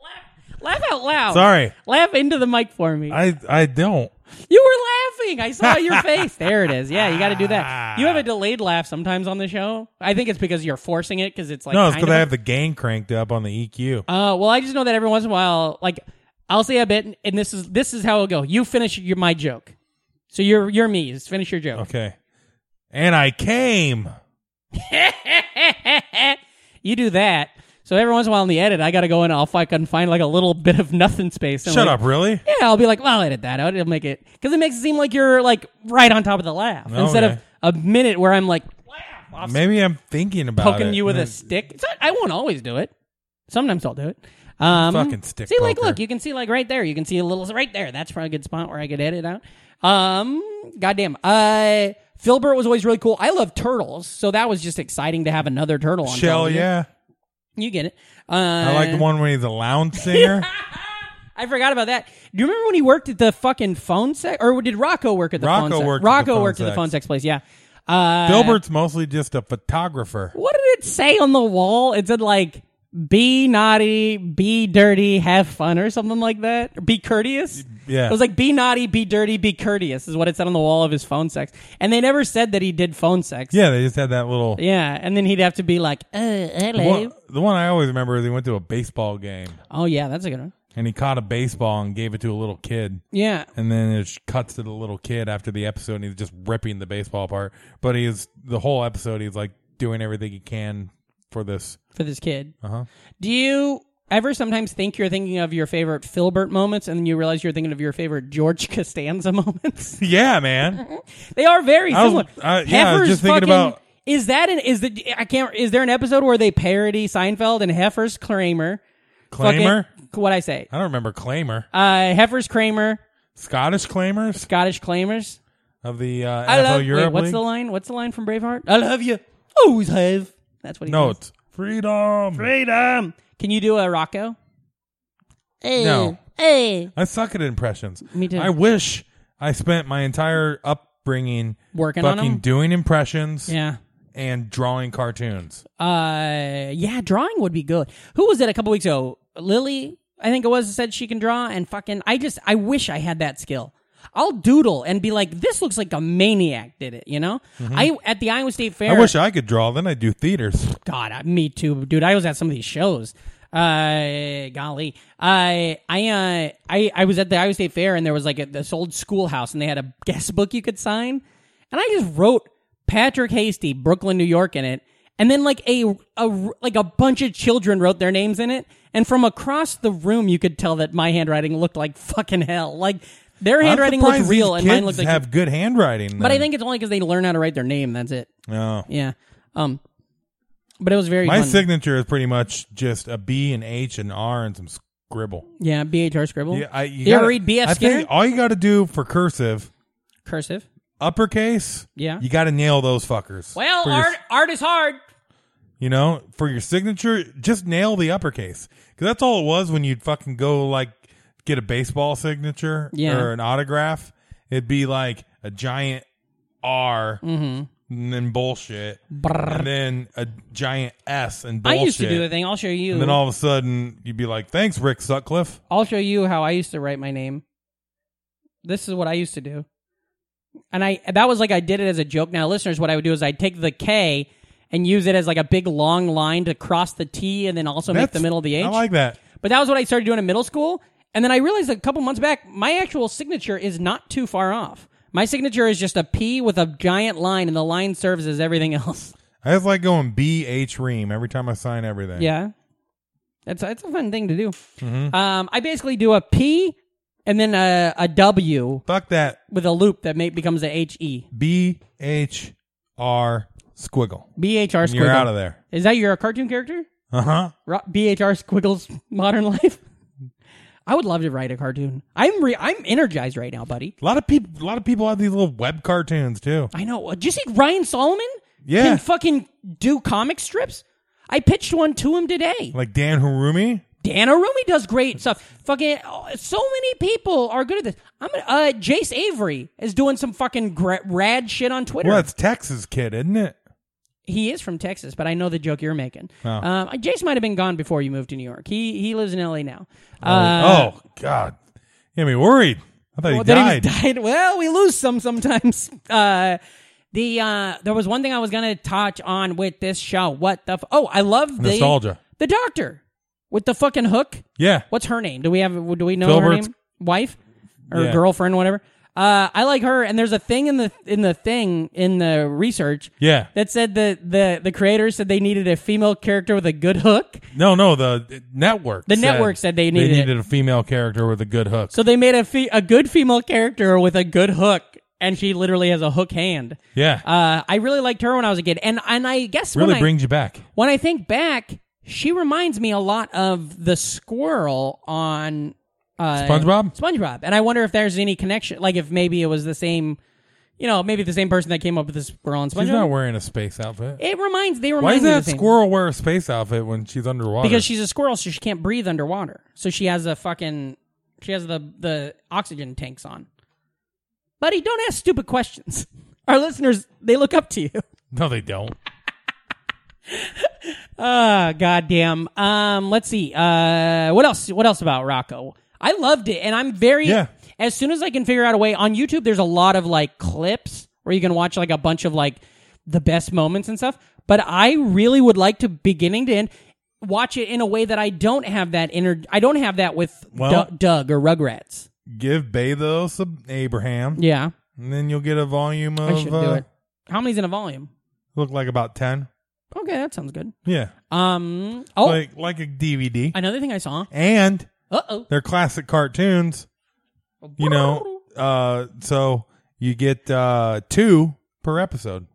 laugh, laugh out loud.
Sorry.
Laugh into the mic for me.
I I don't.
you were laughing. I saw
[LAUGHS]
your face. There it is. Yeah, you got to do that. You have
Ah.
a delayed laugh sometimes on the show. I think it's because you're forcing it because it's like
No, it's
kind
because
of
I
a-
have the gang cranked up on the E EQ.
uh, well, I just know that every once in a while, like I'll say a bit, and this is this is how it'll go. You finish your my joke. So you're you're me. Just finish your joke.
okay. And I came.
[LAUGHS] you do that. So every once in a while in the edit, I gotta go in. I'll fucking find like a little [LAUGHS] bit of nothing space. and
Shut
like-
up, really?
Yeah, I'll be like, well, I'll edit that out. It'll make it because it makes it seem like you're like right on top of the laugh instead of
Okay.
a minute where I'm like
Maybe I'm thinking about
poking
it. Mm.
you with a
It's-
stick. It's not, I won't always do it. Sometimes I'll do it. Um,
Fucking stick
See, like,
poker.
look, you can see like right there. You can see a little right there. That's probably a good spot where I could edit out. Um, goddamn. Uh, Filbert was always really cool. I love turtles, so that was just exciting to have another turtle on.
Shell,
television.
yeah.
you get it. Uh,
I like the one when he's a
[LAUGHS]
lounge singer.
I forgot about that. Do you remember when he worked at the fucking phone sex, or did Rocco work at the
Rocco
phone sex?
worked at the
Rocco
phone
worked at the
sex.
phone sex place. Yeah. Uh,
Filbert's mostly just a photographer.
what did it say on the wall? It said like be naughty, be dirty, have fun, or something like that. Or be courteous.
Yeah.
It was like be naughty, be dirty, be courteous is what it said on the wall of his phone sex. And they never said that he did phone sex.
Yeah, they just had that little.
Yeah. And then he'd have to be like, uh, hello.
One- the one I always remember is he went to a baseball game
Oh yeah, that's a good one.
and he caught a baseball and gave it to a little kid.
Yeah.
And then it cuts to the little kid after the episode and he's just ripping the baseball apart. But he's the whole episode, he's like doing everything he can for this.
For this kid.
Uh-huh.
Do you ever sometimes think you're thinking of your favorite Filbert moments and then you realize you're thinking of your favorite George [LAUGHS] Costanza moments? [LAUGHS]
Yeah, man.
They are very
I was-
similar.
I- yeah, I was
Heifer's
just thinking
fucking-
about-
Is that an is the I can't is there an episode where they parody Seinfeld and Heifer's Kramer? Fucking-
Claimer?
What I say?
I don't remember Claimer.
Uh, Heifer's Kramer,
Scottish Claimers
Scottish Claimers.
of the uh,
I
NFL
love.
Europe
wait, what's
League?
the line? What's the line from Braveheart? I love you. Always have. That's what he
No,
says.
it's freedom.
freedom. Can you do a Rocco?
No. I suck at impressions.
Me too.
I wish I spent my entire upbringing
Working on
fucking
'em?
doing impressions
Yeah.
and drawing cartoons.
Uh, yeah, drawing would be good. Who was it a couple weeks ago? Lily I think it was, said she can draw and fucking, I just, I wish I had that skill. I'll doodle and be like, this looks like a maniac did it, you know? I, at the Iowa State Fair.
Mm-hmm. I wish I could draw. Then I do theaters.
God, I- me too, dude. I was at some of these shows. Uh, golly, I, I, uh, I, I was at the Iowa State Fair, and there was like a, this old schoolhouse, and they had a guest book you could sign, and I just wrote Patrick Hasty, Brooklyn, New York, in it, and then like a, a like a bunch of children wrote their names in it, and from across the room you could tell that my handwriting looked like fucking hell, like their
I'm
handwriting looked
surprised
real,
these
and mine
kids
looked like.
have good handwriting.
but I
then.
think it's only because they learn how to write their name. That's it.
no.
Yeah. Um. But it was very
Oh. My
fun.
signature is pretty much just a B and H and R and some scribble.
Yeah, BHR Scribble.
Yeah, I, you
You ever
gotta-
read BF
I
Skinner?
think all you got to do for cursive,
Cursive.
uppercase.
Yeah.
you got to nail those fuckers.
Well,
For your-
art art is hard.
you know, for your signature, just nail the uppercase because that's all it was when you'd fucking go like get a baseball signature
Yeah.
or an autograph. It'd be like a giant R
Mm-hmm.
and then bullshit, and then a giant S and bullshit.
I used to do the thing. I'll show you.
And then all of a sudden, you'd be like, "Thanks, Rick Sutcliffe."
I'll show you how I used to write my name. This is what I used to do. And I that was like I did it as a joke. Now, listeners, what I would do is I'd take the K and use it as like a big long line to cross the T and then also make the
That's-
middle of the H.
I like that.
But that was what I started doing in middle school. And then I realized a couple months back, my actual signature is not too far off. My signature is just a P with a giant line, and the line serves as everything [LAUGHS] else.
I just like going B H Ream every time I sign everything.
Yeah. That's, that's a fun thing to do.
Mm-hmm.
Um, I basically do a P and then a, a W
Fuck that
with a loop that may, becomes a E. HE.
B H R squiggle.
BHR
And You're
Squiggle.
out of there.
Is that your cartoon character?
Uh huh.
Ro- BHR Squiggle's [LAUGHS] Modern Life? I would love to write a cartoon. I'm re- I'm energized right now, buddy.
A lot of people. A lot of people have these little web cartoons too.
I know. Do you see Ryan Solomon?
Yeah.
Can fucking do comic strips? I pitched one to him today.
Like Dan Harumi.
Dan Arumi does great stuff. Fucking oh, so many people are good at this. I'm gonna, uh Jace Avery is doing some fucking gra- rad shit on Twitter.
Well, that's Texas kid, isn't it?
He is from Texas, but I know the joke you're making.
Oh.
Um, Jace might have been gone before you moved to New York. He he lives in L.A. now. Uh,
oh God, you me worried. I thought he
Well, Oh, then he [LAUGHS]
died.
died. Well, we lose some sometimes. [LAUGHS] Uh, the uh, there was one thing I was gonna touch on with this show. What the? F- oh, I love the
Nostalgia.
The doctor with the fucking hook.
Yeah.
What's her name? Do we have? Do we know
Filbert's-
her name? Wife or
Yeah.
girlfriend, whatever. Uh, I like her. And there's a thing in the in the thing in the research.
Yeah.
That said, the the the creators said they needed a female character with a good hook,
No, no. The network.
The network said they needed
they
it.
needed a female character with a good hook.
so they made a fe- a good female character with a good hook, and she literally has a hook hand.
yeah.
Uh, I really liked her when I was a kid, and and I guess
really
when I,
brings you back.
when I think back, she reminds me a lot of the squirrel on uh,
SpongeBob?
SpongeBob, and I wonder if there's any connection. Like if maybe it was the same, you know, maybe the same person that came up with the squirrel on SpongeBob.
She's not wearing a space outfit.
it reminds they remind
Why does
me of
that
the same-
squirrel wear a space outfit when she's underwater?
Because she's a squirrel, so she can't breathe underwater. So she has a fucking she has the the oxygen tanks on. Buddy, don't ask stupid questions. [LAUGHS] Our listeners, they look up to you.
no, they don't.
Ah, goddamn. Um, let's see. Uh, what else? What else about Rocco? I loved it, and I'm very.
Yeah.
As soon as I can figure out a way on YouTube, there's a lot of like clips where you can watch like a bunch of like the best moments and stuff. But I really would like to beginning to end watch it in a way that I don't have that inner. I don't have that with
Well-
Du- Doug or Rugrats.
Give Bezos a Abraham,
Yeah,
and then you'll get a volume
I
of
should
uh,
do it. How many's in a volume?
look like about ten.
Okay, that sounds good.
Yeah,
Um. Oh,
like like a DVD.
another thing I saw.
and
Uh oh.
they're classic cartoons, you know. Uh, so you get uh two per episode.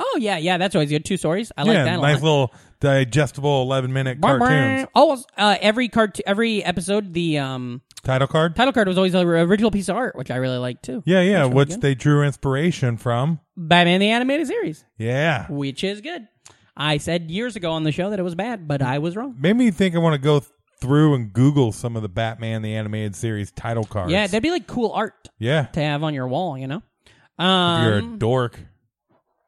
Oh yeah, yeah. That's always good. Two stories. I like
yeah,
that. A
nice
lot.
little digestible eleven minute cartoons.
Oh, uh, every cart, every episode, the um,
Title card.
title card was always an original piece of art, which I really liked too.
Yeah, yeah,
Which one
which
again?
they drew inspiration from.
Batman the animated series,
Yeah,
which is good. I said years ago on the show that it was bad, but I was wrong.
made me think I want to go th- through and Google some of the Batman the animated series title cards.
Yeah, that'd be like cool art
yeah.
to have on your wall, you know.
You're
Um,
a dork.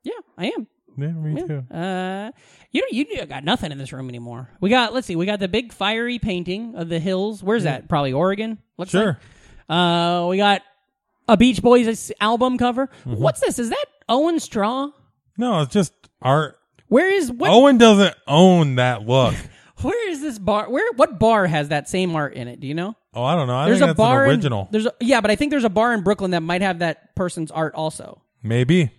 yeah, I am.
Yeah, me too.
Uh, you know, you got nothing in this room anymore. We got, let's see, we got the big fiery painting of the hills. Where's that? Probably Oregon. Looks
Sure.
like. Uh, we got a Beach Boys album cover.
Mm-hmm.
What's this? Is that Owen Straw?
No, it's just art.
Where is what?
Owen doesn't own that look.
Where is this bar? Where? What bar has that same art in it? Do you know?
Oh, I don't know. I
There's
think
a
that's
bar.
an
in-
original.
there's a, yeah, but I think there's a bar in Brooklyn that might have that person's art also.
Maybe.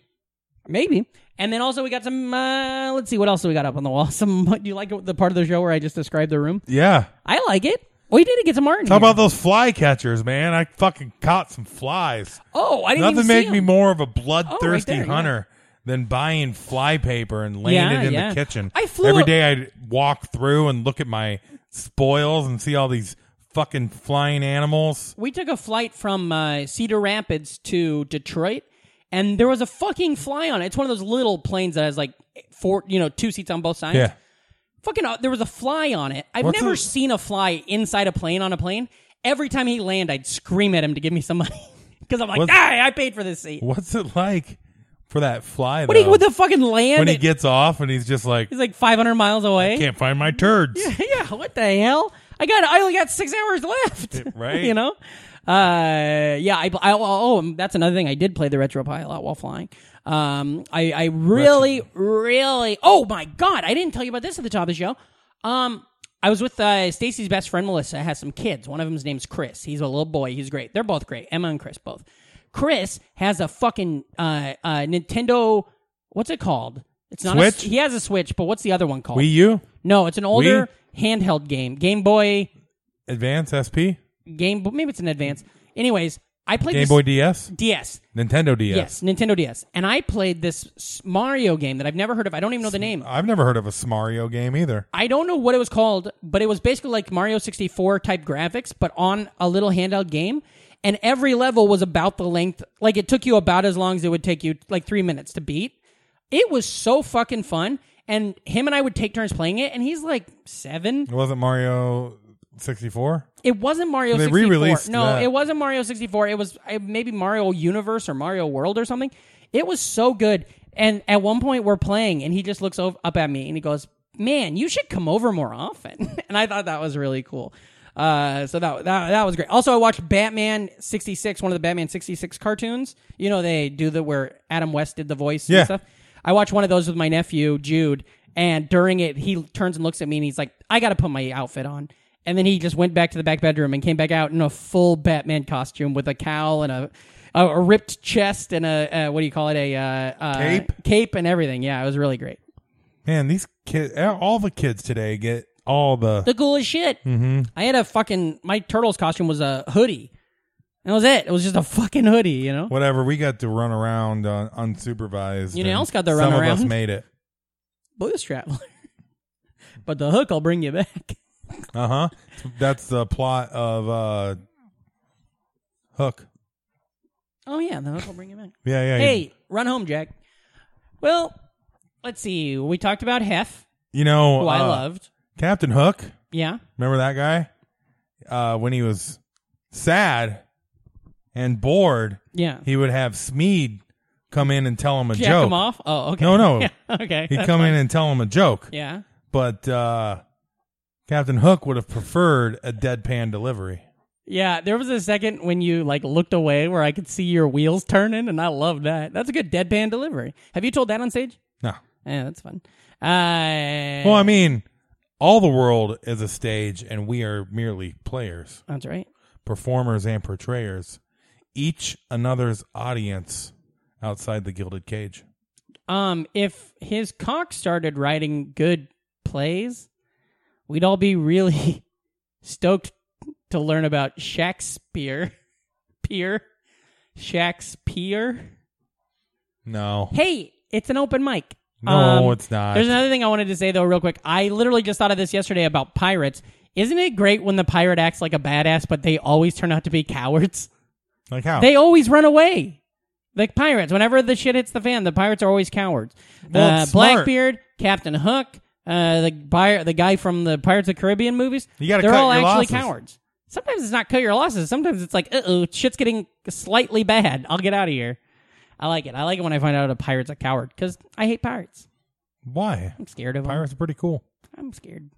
Maybe. And then also we got some. Uh, let's see what else we got up on the wall. [LAUGHS] Some. Do you like the part of the show where I just described the room?
Yeah.
I like it. We need to get some art. in
How
here.
about those fly catchers, man? I fucking caught some flies.
Oh, I didn't
Nothing
even
made
see
me
'em.
more of a bloodthirsty
there, yeah.
hunter than buying fly paper and laying
Yeah,
it in
yeah.
the kitchen.
I flew
every
a-
day. I'd walk through and look at my spoils and see all these fucking flying animals.
We took a flight from uh, Cedar Rapids to Detroit, and there was a fucking fly on it. It's one of those little planes that has like four, you know, two seats on both sides.
Yeah.
Fucking, uh, there was a fly on it. I've
What's
never
a-
seen a fly inside a plane on a plane. Every time he land, I'd scream at him to give me some money [LAUGHS] because I'm like,
What's-
ah, I paid for this seat.
What's it like for that fly?
What, he,
though?
what the fucking land?
when he
at-
gets off and he's just like,
he's like 500 miles away.
can't find my turds.
[LAUGHS] yeah, what the hell? I got I only got six hours [LAUGHS] left.
right.
you know? Uh yeah, I, I oh and that's another thing. I did play the retro pie a lot while flying. Um I, I really, really oh my god, I didn't tell you about this at the top of the show. Um I was with uh, Stacy's best friend Melissa has some kids. One of them's name's Chris. He's a little boy, he's great. They're both great. Emma and Chris both. Chris has a fucking uh, uh Nintendo what's it called? It's not
Switch?
A, he has a Switch, but what's the other one called?
Wii U,
No, it's an older handheld game. Game Boy,
Advance SP,
Game Boy, maybe it's an advance. Anyways, I played
Game
this
Boy DS,
DS.
Nintendo DS.
Yes, Nintendo DS. And I played this s- Mario game that I've never heard of. I don't even know the name.
I've never heard of a Smario game either.
I don't know what it was called, but it was basically like Mario 64 type graphics, but on a little handheld game. And every level was about the length, like it took you about as long as it would take you, like three minutes to beat. It was so fucking fun. And him and I would take turns playing it, and he's like seven.
It wasn't Mario 64.
It wasn't Mario
They
64.
re-released
no,
that.
it wasn't Mario 64. It was uh, maybe Mario Universe or Mario World or something. It was so good. And at one point we're playing and he just looks ov- up at me and he goes, "Man, you should come over more often." [LAUGHS] and I thought that was really cool. Uh, so that, that that was great. Also, I watched Batman 66, one of the Batman 66 cartoons. You know they do the where Adam West did the voice
Yeah.
and stuff. I watched one of those with my nephew Jude, and during it, he turns and looks at me and he's like, "I got to put my outfit on." And then he just went back to the back bedroom and came back out in a full Batman costume with a cowl and a a, a ripped chest and a, uh what do you call it a uh, uh,
Cape?
cape and everything. Yeah, it was really great.
Man, these kids, all the kids today get all the.
The coolest shit. Mm-hmm. I had a fucking my turtles costume was a hoodie. That was it. It was just a fucking hoodie, you know.
Whatever we got to run around uh, unsupervised.
You know,
and
else got to
some
run
of us
around.
made it.
Bootstrap. [LAUGHS] but the hook will bring you back.
Uh huh. That's the plot of uh, Hook.
Oh yeah, the hook will bring you back.
Yeah, yeah. you-
Hey, run home, Jack. Well, let's see. We talked about Hef,
you know,
who I
uh,
loved.
Captain Hook.
Yeah.
Remember that guy? Uh, when he was sad and bored,
Yeah.
he would have Smeed come in and tell him a
Jack
joke.
him off? Oh, okay.
No,
[LAUGHS]
no.
okay.
He'd come in and tell him a joke.
Yeah.
But uh, Captain Hook would have preferred a deadpan delivery.
Yeah. There was a second when you like looked away where I could see your wheels turning, and I love that. That's a good deadpan delivery. Have you told that on stage?
No.
Yeah, that's fun. Uh,
Well, I mean, all the world is a stage, and we are merely players,
that's right.
performers, and portrayers, each another's audience outside the gilded cage.
Um, if his cock started writing good plays, we'd all be really [LAUGHS] stoked to learn about Shakespeare. [LAUGHS] Peer. Shakespeare.
No.
Hey, it's an open mic.
No,
Um,
it's not.
There's another thing I wanted to say though, real quick. I literally just thought of this yesterday about pirates. Isn't it great when the pirate acts like a badass, but they always turn out to be cowards?
like how?
They always run away. Like pirates, whenever the shit hits the fan, the pirates are always cowards.
Well,
uh,
it's smart.
Blackbeard, Captain Hook, uh, the pirate, the guy from the Pirates of the Caribbean movies.
You gotta
they're
cut
all
your
actually
losses.
cowards. Sometimes it's not cut your losses. Sometimes it's like, uh oh, shit's getting slightly bad. I'll get out of here. I like it. I like it when I find out a pirate's a coward because I hate pirates.
Why?
I'm scared of them.
Pirates are pretty cool.
I'm scared.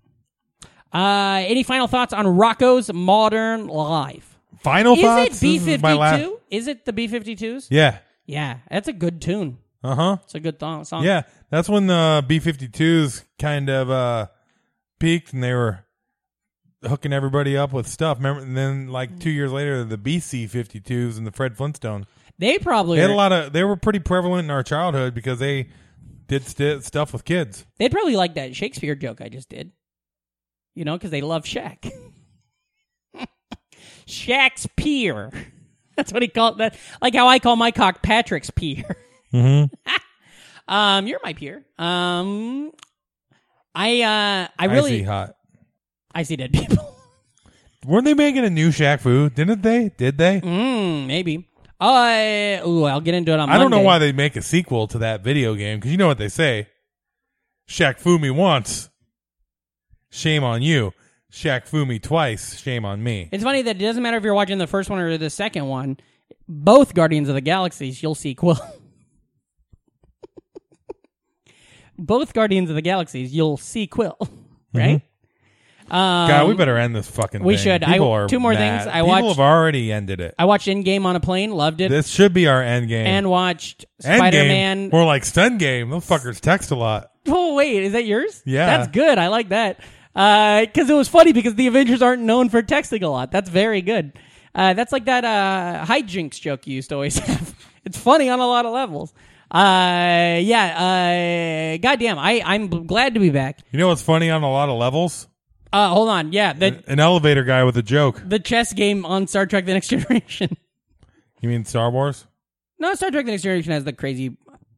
Uh, any final thoughts on Rocco's Modern Life?
Final
Is
thoughts.
it B
This is my last-
fifty two? Is it the B fifty twos?
Yeah.
Yeah, that's a good tune.
Uh huh.
It's a good thong- song.
Yeah, that's when the B 52s kind of uh, peaked and they were hooking everybody up with stuff. Remember, and then like two years later, the BC 52s and the Fred Flintstone.
they probably
They had a
are-
lot of, they were pretty prevalent in our childhood because they did st- stuff with kids.
They'd probably like that Shakespeare joke I just did. You know, because they love Shaq. [LAUGHS] Shakespeare. [LAUGHS] That's what he called that. Like how I call my cock Patrick's peer. Mm-hmm. [LAUGHS] um, you're my peer. Um, I uh, I really
I see hot.
I see dead people. [LAUGHS]
Weren't they making a new Shaq Fu? Didn't they? Did they?
mm, maybe. Uh, ooh, I'll get into it on.
I don't know
Monday.
why they make a sequel to that video game because you know what they say: Shaq Fu me once, shame on you. Shaq Fu me twice, shame on me.
It's funny that it doesn't matter if you're watching the first one or the second one. Both Guardians of the Galaxies, you'll see Quill. [LAUGHS] both Guardians of the Galaxies, you'll see Quill. [LAUGHS] Right?
God, we better end this fucking.
Um, we
thing.
should. I-
People are
two more
mad.
things. I
People
watched-
have already ended it.
I watched Endgame on a plane, loved it,
this should be our end game.
and watched
End
Spider
game,
Man.
more like stun game. Those fuckers text a lot.
Oh wait, is that yours?
Yeah.
that's good. I like that because it was funny because the Avengers aren't known for texting a lot. That's very good. Uh, that's like that uh, hijinks joke you used to always [LAUGHS] have. it's funny on a lot of levels. Uh, yeah. Uh, goddamn, I I'm b- glad to be back.
You know what's funny on a lot of levels?
Uh, hold on. Yeah, the
An elevator guy with a joke.
the chess game on Star Trek: The Next [LAUGHS] Generation.
You mean Star Wars?
no, Star Trek: The Next Generation has the crazy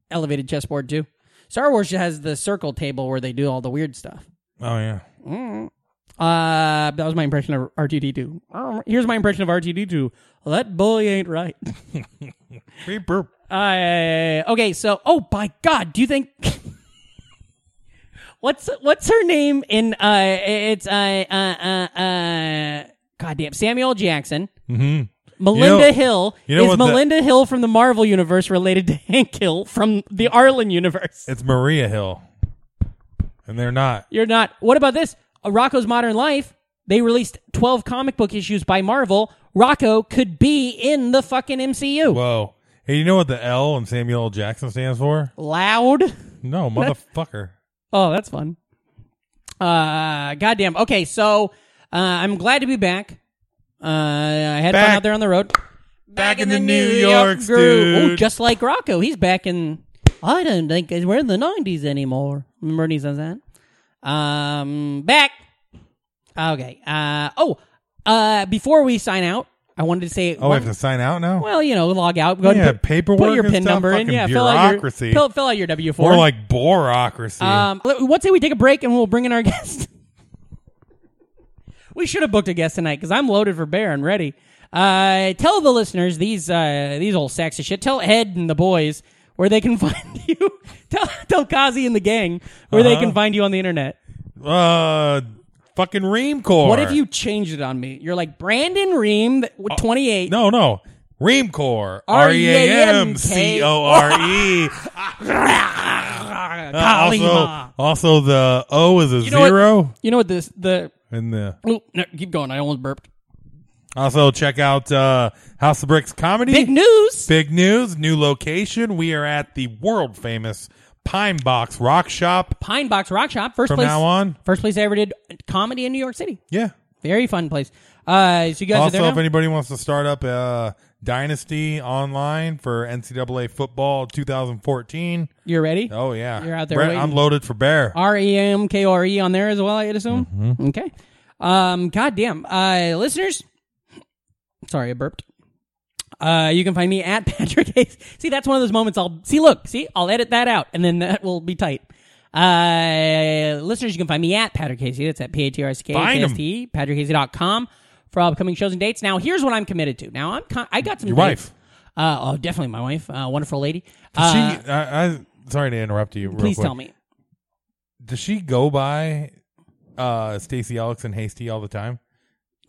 elevated chessboard too. Star Wars has the circle table where they do all the weird stuff.
Oh yeah.
Uh, that was my impression of R2D2. Um, Here's my impression of R2D2. That boy ain't right. [LAUGHS]
Beep, boop.
Uh, okay, so oh my god, do you think [LAUGHS] what's what's her name in uh it's uh uh uh, uh goddamn Samuel Jackson. Mm-hmm. Melinda
You know-
Hill
you know
is
what the-
Melinda Hill from the Marvel universe related to [LAUGHS] Hank Hill from the Arlen universe.
It's Maria Hill, and they're not.
You're not. What about this? Uh, Rocco's Modern Life. They released 12 comic book issues by Marvel. Rocco could be in the fucking MCU.
Whoa. Hey, you know what the L in Samuel L. Jackson stands for?
Loud.
No, motherfucker.
Oh, that's fun. Uh, goddamn. Okay, so uh, I'm glad to be back. Uh, I had fun
Back.
out there on the road.
Back in the New Yorks,
groove.
dude.
Oh, just like Rocco, he's back in. I don't think we're in the '90s anymore. Remember when he says that? Um, back. Okay. Uh oh. Uh, before we sign out, I wanted to say.
Oh, I have to sign out now?
well, you know, log out. Go ahead
Yeah,
and put, Put
paperwork
your
and
pin
stuff,
number in.
fucking
Yeah, fill out your
bureaucracy.
fill, fill out your W four.
More like bureaucracy.
Um, let- what say we take a break and we'll bring in our [LAUGHS] guest? we should have booked a guest tonight because I'm loaded for bear and ready. Uh, tell the listeners these uh, these old sacks of shit. Tell Ed and the boys where they can [LAUGHS] find you. tell tell Kazi and the gang where they
Uh-huh.
can find you on the internet.
uh, fucking Reamcore.
What if you changed it on me? You're like Brandon Ream, twenty eight.
Oh, No, no. Reamcore. R E A M C O R
[LAUGHS]
E. Uh, Also, also, the O is a
know what-
zero.
you know what this the
And the,
oh, no, keep going. I almost burped.
also, check out uh, House of Bricks Comedy.
Big news.
Big news, new location. We are at the world famous Pine Box Rock Shop
Pine Box Rock Shop. First
from
place.
now on.
First place I ever did comedy in New York City.
Yeah.
Very fun place. Uh, so you guys are there
Also,
now?
if anybody wants to start up a dynasty online for NCAA football 2014,
You're ready?
oh yeah,
You're out there
Brett,
waiting.
I'm loaded for bear.
R E M K R E on there as well, I'd assume.
Mm-hmm.
Okay. Um, goddamn. Uh, listeners, sorry, I burped. Uh, you can find me at [LAUGHS] Patrick Hayes. See, that's one of those moments I'll see. Look, see, I'll edit that out, and then that will be tight. Uh, listeners, you can find me at Patrick Casey. That's at P A T R S K
Find
A
'em.
S T E, patrickcasey.com for all upcoming shows and dates. Now, here's what I'm committed to. Now, I'm con- I got some
Your
dates.
wife.
Uh, oh, definitely my wife. Uh, wonderful lady.
Does
Uh,
she, I, I, sorry to interrupt you. Real
please
quick.
tell me.
Does she go by uh, Stacy Alex and Hasty all the time?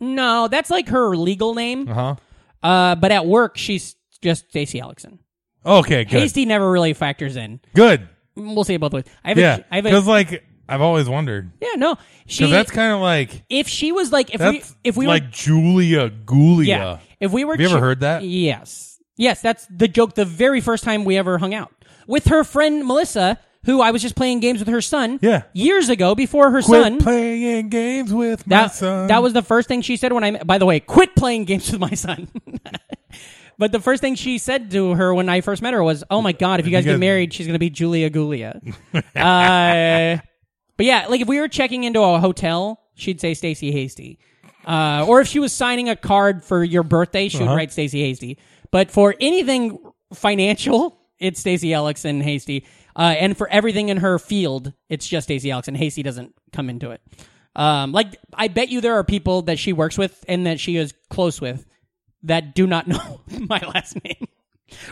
No, that's like her legal name.
Uh huh.
Uh, but at work, she's just Stacy Alexon.
Okay, good.
Hasty never really factors in.
Good.
We'll say it both ways. I have
Yeah.
a, I have
Because,
a,
like, I've always wondered.
yeah, no. She
Because that's kind of like.
if she was like if we
That's
if we
like
were
Julia Gulia.
yeah if we were
Have you ever
chi-
heard that?
yes yes that's the joke the very first time we ever hung out with her friend Melissa who I was just playing games with her son
Yeah.
years ago before her
Quit
son
playing games with my
that
son.
that was the first thing she said when I met- by the way quit playing games with my son. [LAUGHS] But the first thing she said to her when I first met her was, "Oh my god, if you guys
guys-
get married, she's gonna be Julia
[LAUGHS]
Gulia." uh, but yeah, like if we were checking into a hotel, she'd say Stacy Hasty, uh, or if she was signing a card for your birthday, she would write Stacy Hasty. But for anything financial, it's Stacy Ellison Hasty, uh, and for everything in her field, it's just Stacy Ellison Hasty doesn't come into it. Um, like I bet you there are people that she works with and that she is close with that do not [LAUGHS] know my last name.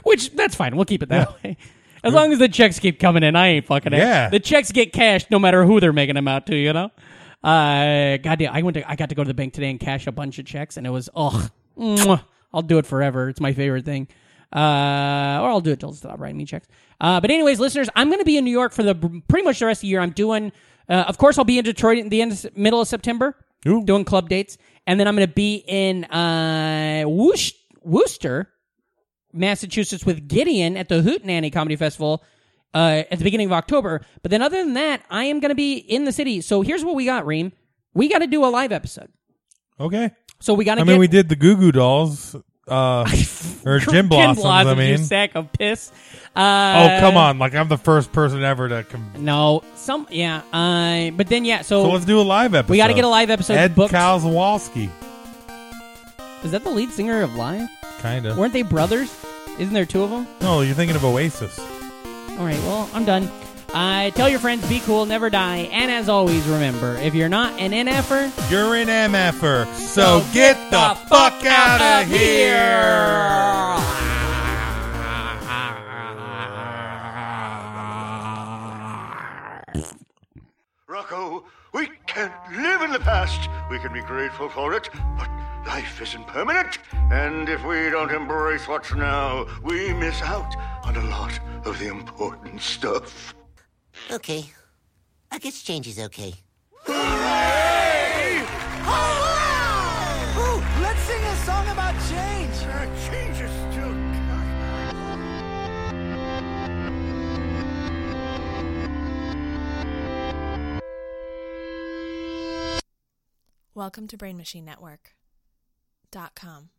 Which that's fine. We'll keep it that way. As long as the checks keep coming in, I ain't fucking it.
Yeah.
The checks get cashed no matter who they're making them out to, you know? Uh goddamn, I went to I got to go to the bank today and cash a bunch of checks and it was ugh. mwah. I'll do it forever. It's my favorite thing. Uh, or I'll do it till they stop writing me checks. Uh, but anyways, listeners, I'm going to be in New York for the pretty much the rest of the year. I'm doing, uh, of course, I'll be in Detroit in the end, of se- middle of September,
Ooh.
doing club dates, and then I'm going to be in uh, Woosh, Worcester, Massachusetts with Gideon at the Hootenanny Comedy Festival uh, at the beginning of October. But then, other than that, I am going to be in the city. So here's what we got, Reem. We got to do a live episode.
okay.
So we got to
I
get
mean, we did the Goo Goo Dolls,
[LAUGHS]
uh, or Jim Blossoms. I
you
mean,
sack of piss. Uh,
oh come on! Like I'm the first person ever to. Com-
No, some yeah. Uh, but then yeah. So,
so let's do a live episode.
we got to get a live episode
Ed
booked.
Kozlowski,
Is that the lead singer of Live?
kind of.
Weren't they brothers? Isn't there two of them?
No, you're thinking of Oasis.
All right. Well, I'm done. Uh, tell your friends, be cool, never die, and as always, remember if you're not an er, NFer,
You're an MFer, so get the fuck out of here.
Rocco, we can live in the past. We can be grateful for it, but life isn't permanent. And if we don't embrace what's now, we miss out on a lot of the important stuff.
Okay. I guess change is okay.
Ooh, let's sing a song about change.
changes still.
Welcome to Brain Machine Network. dot com.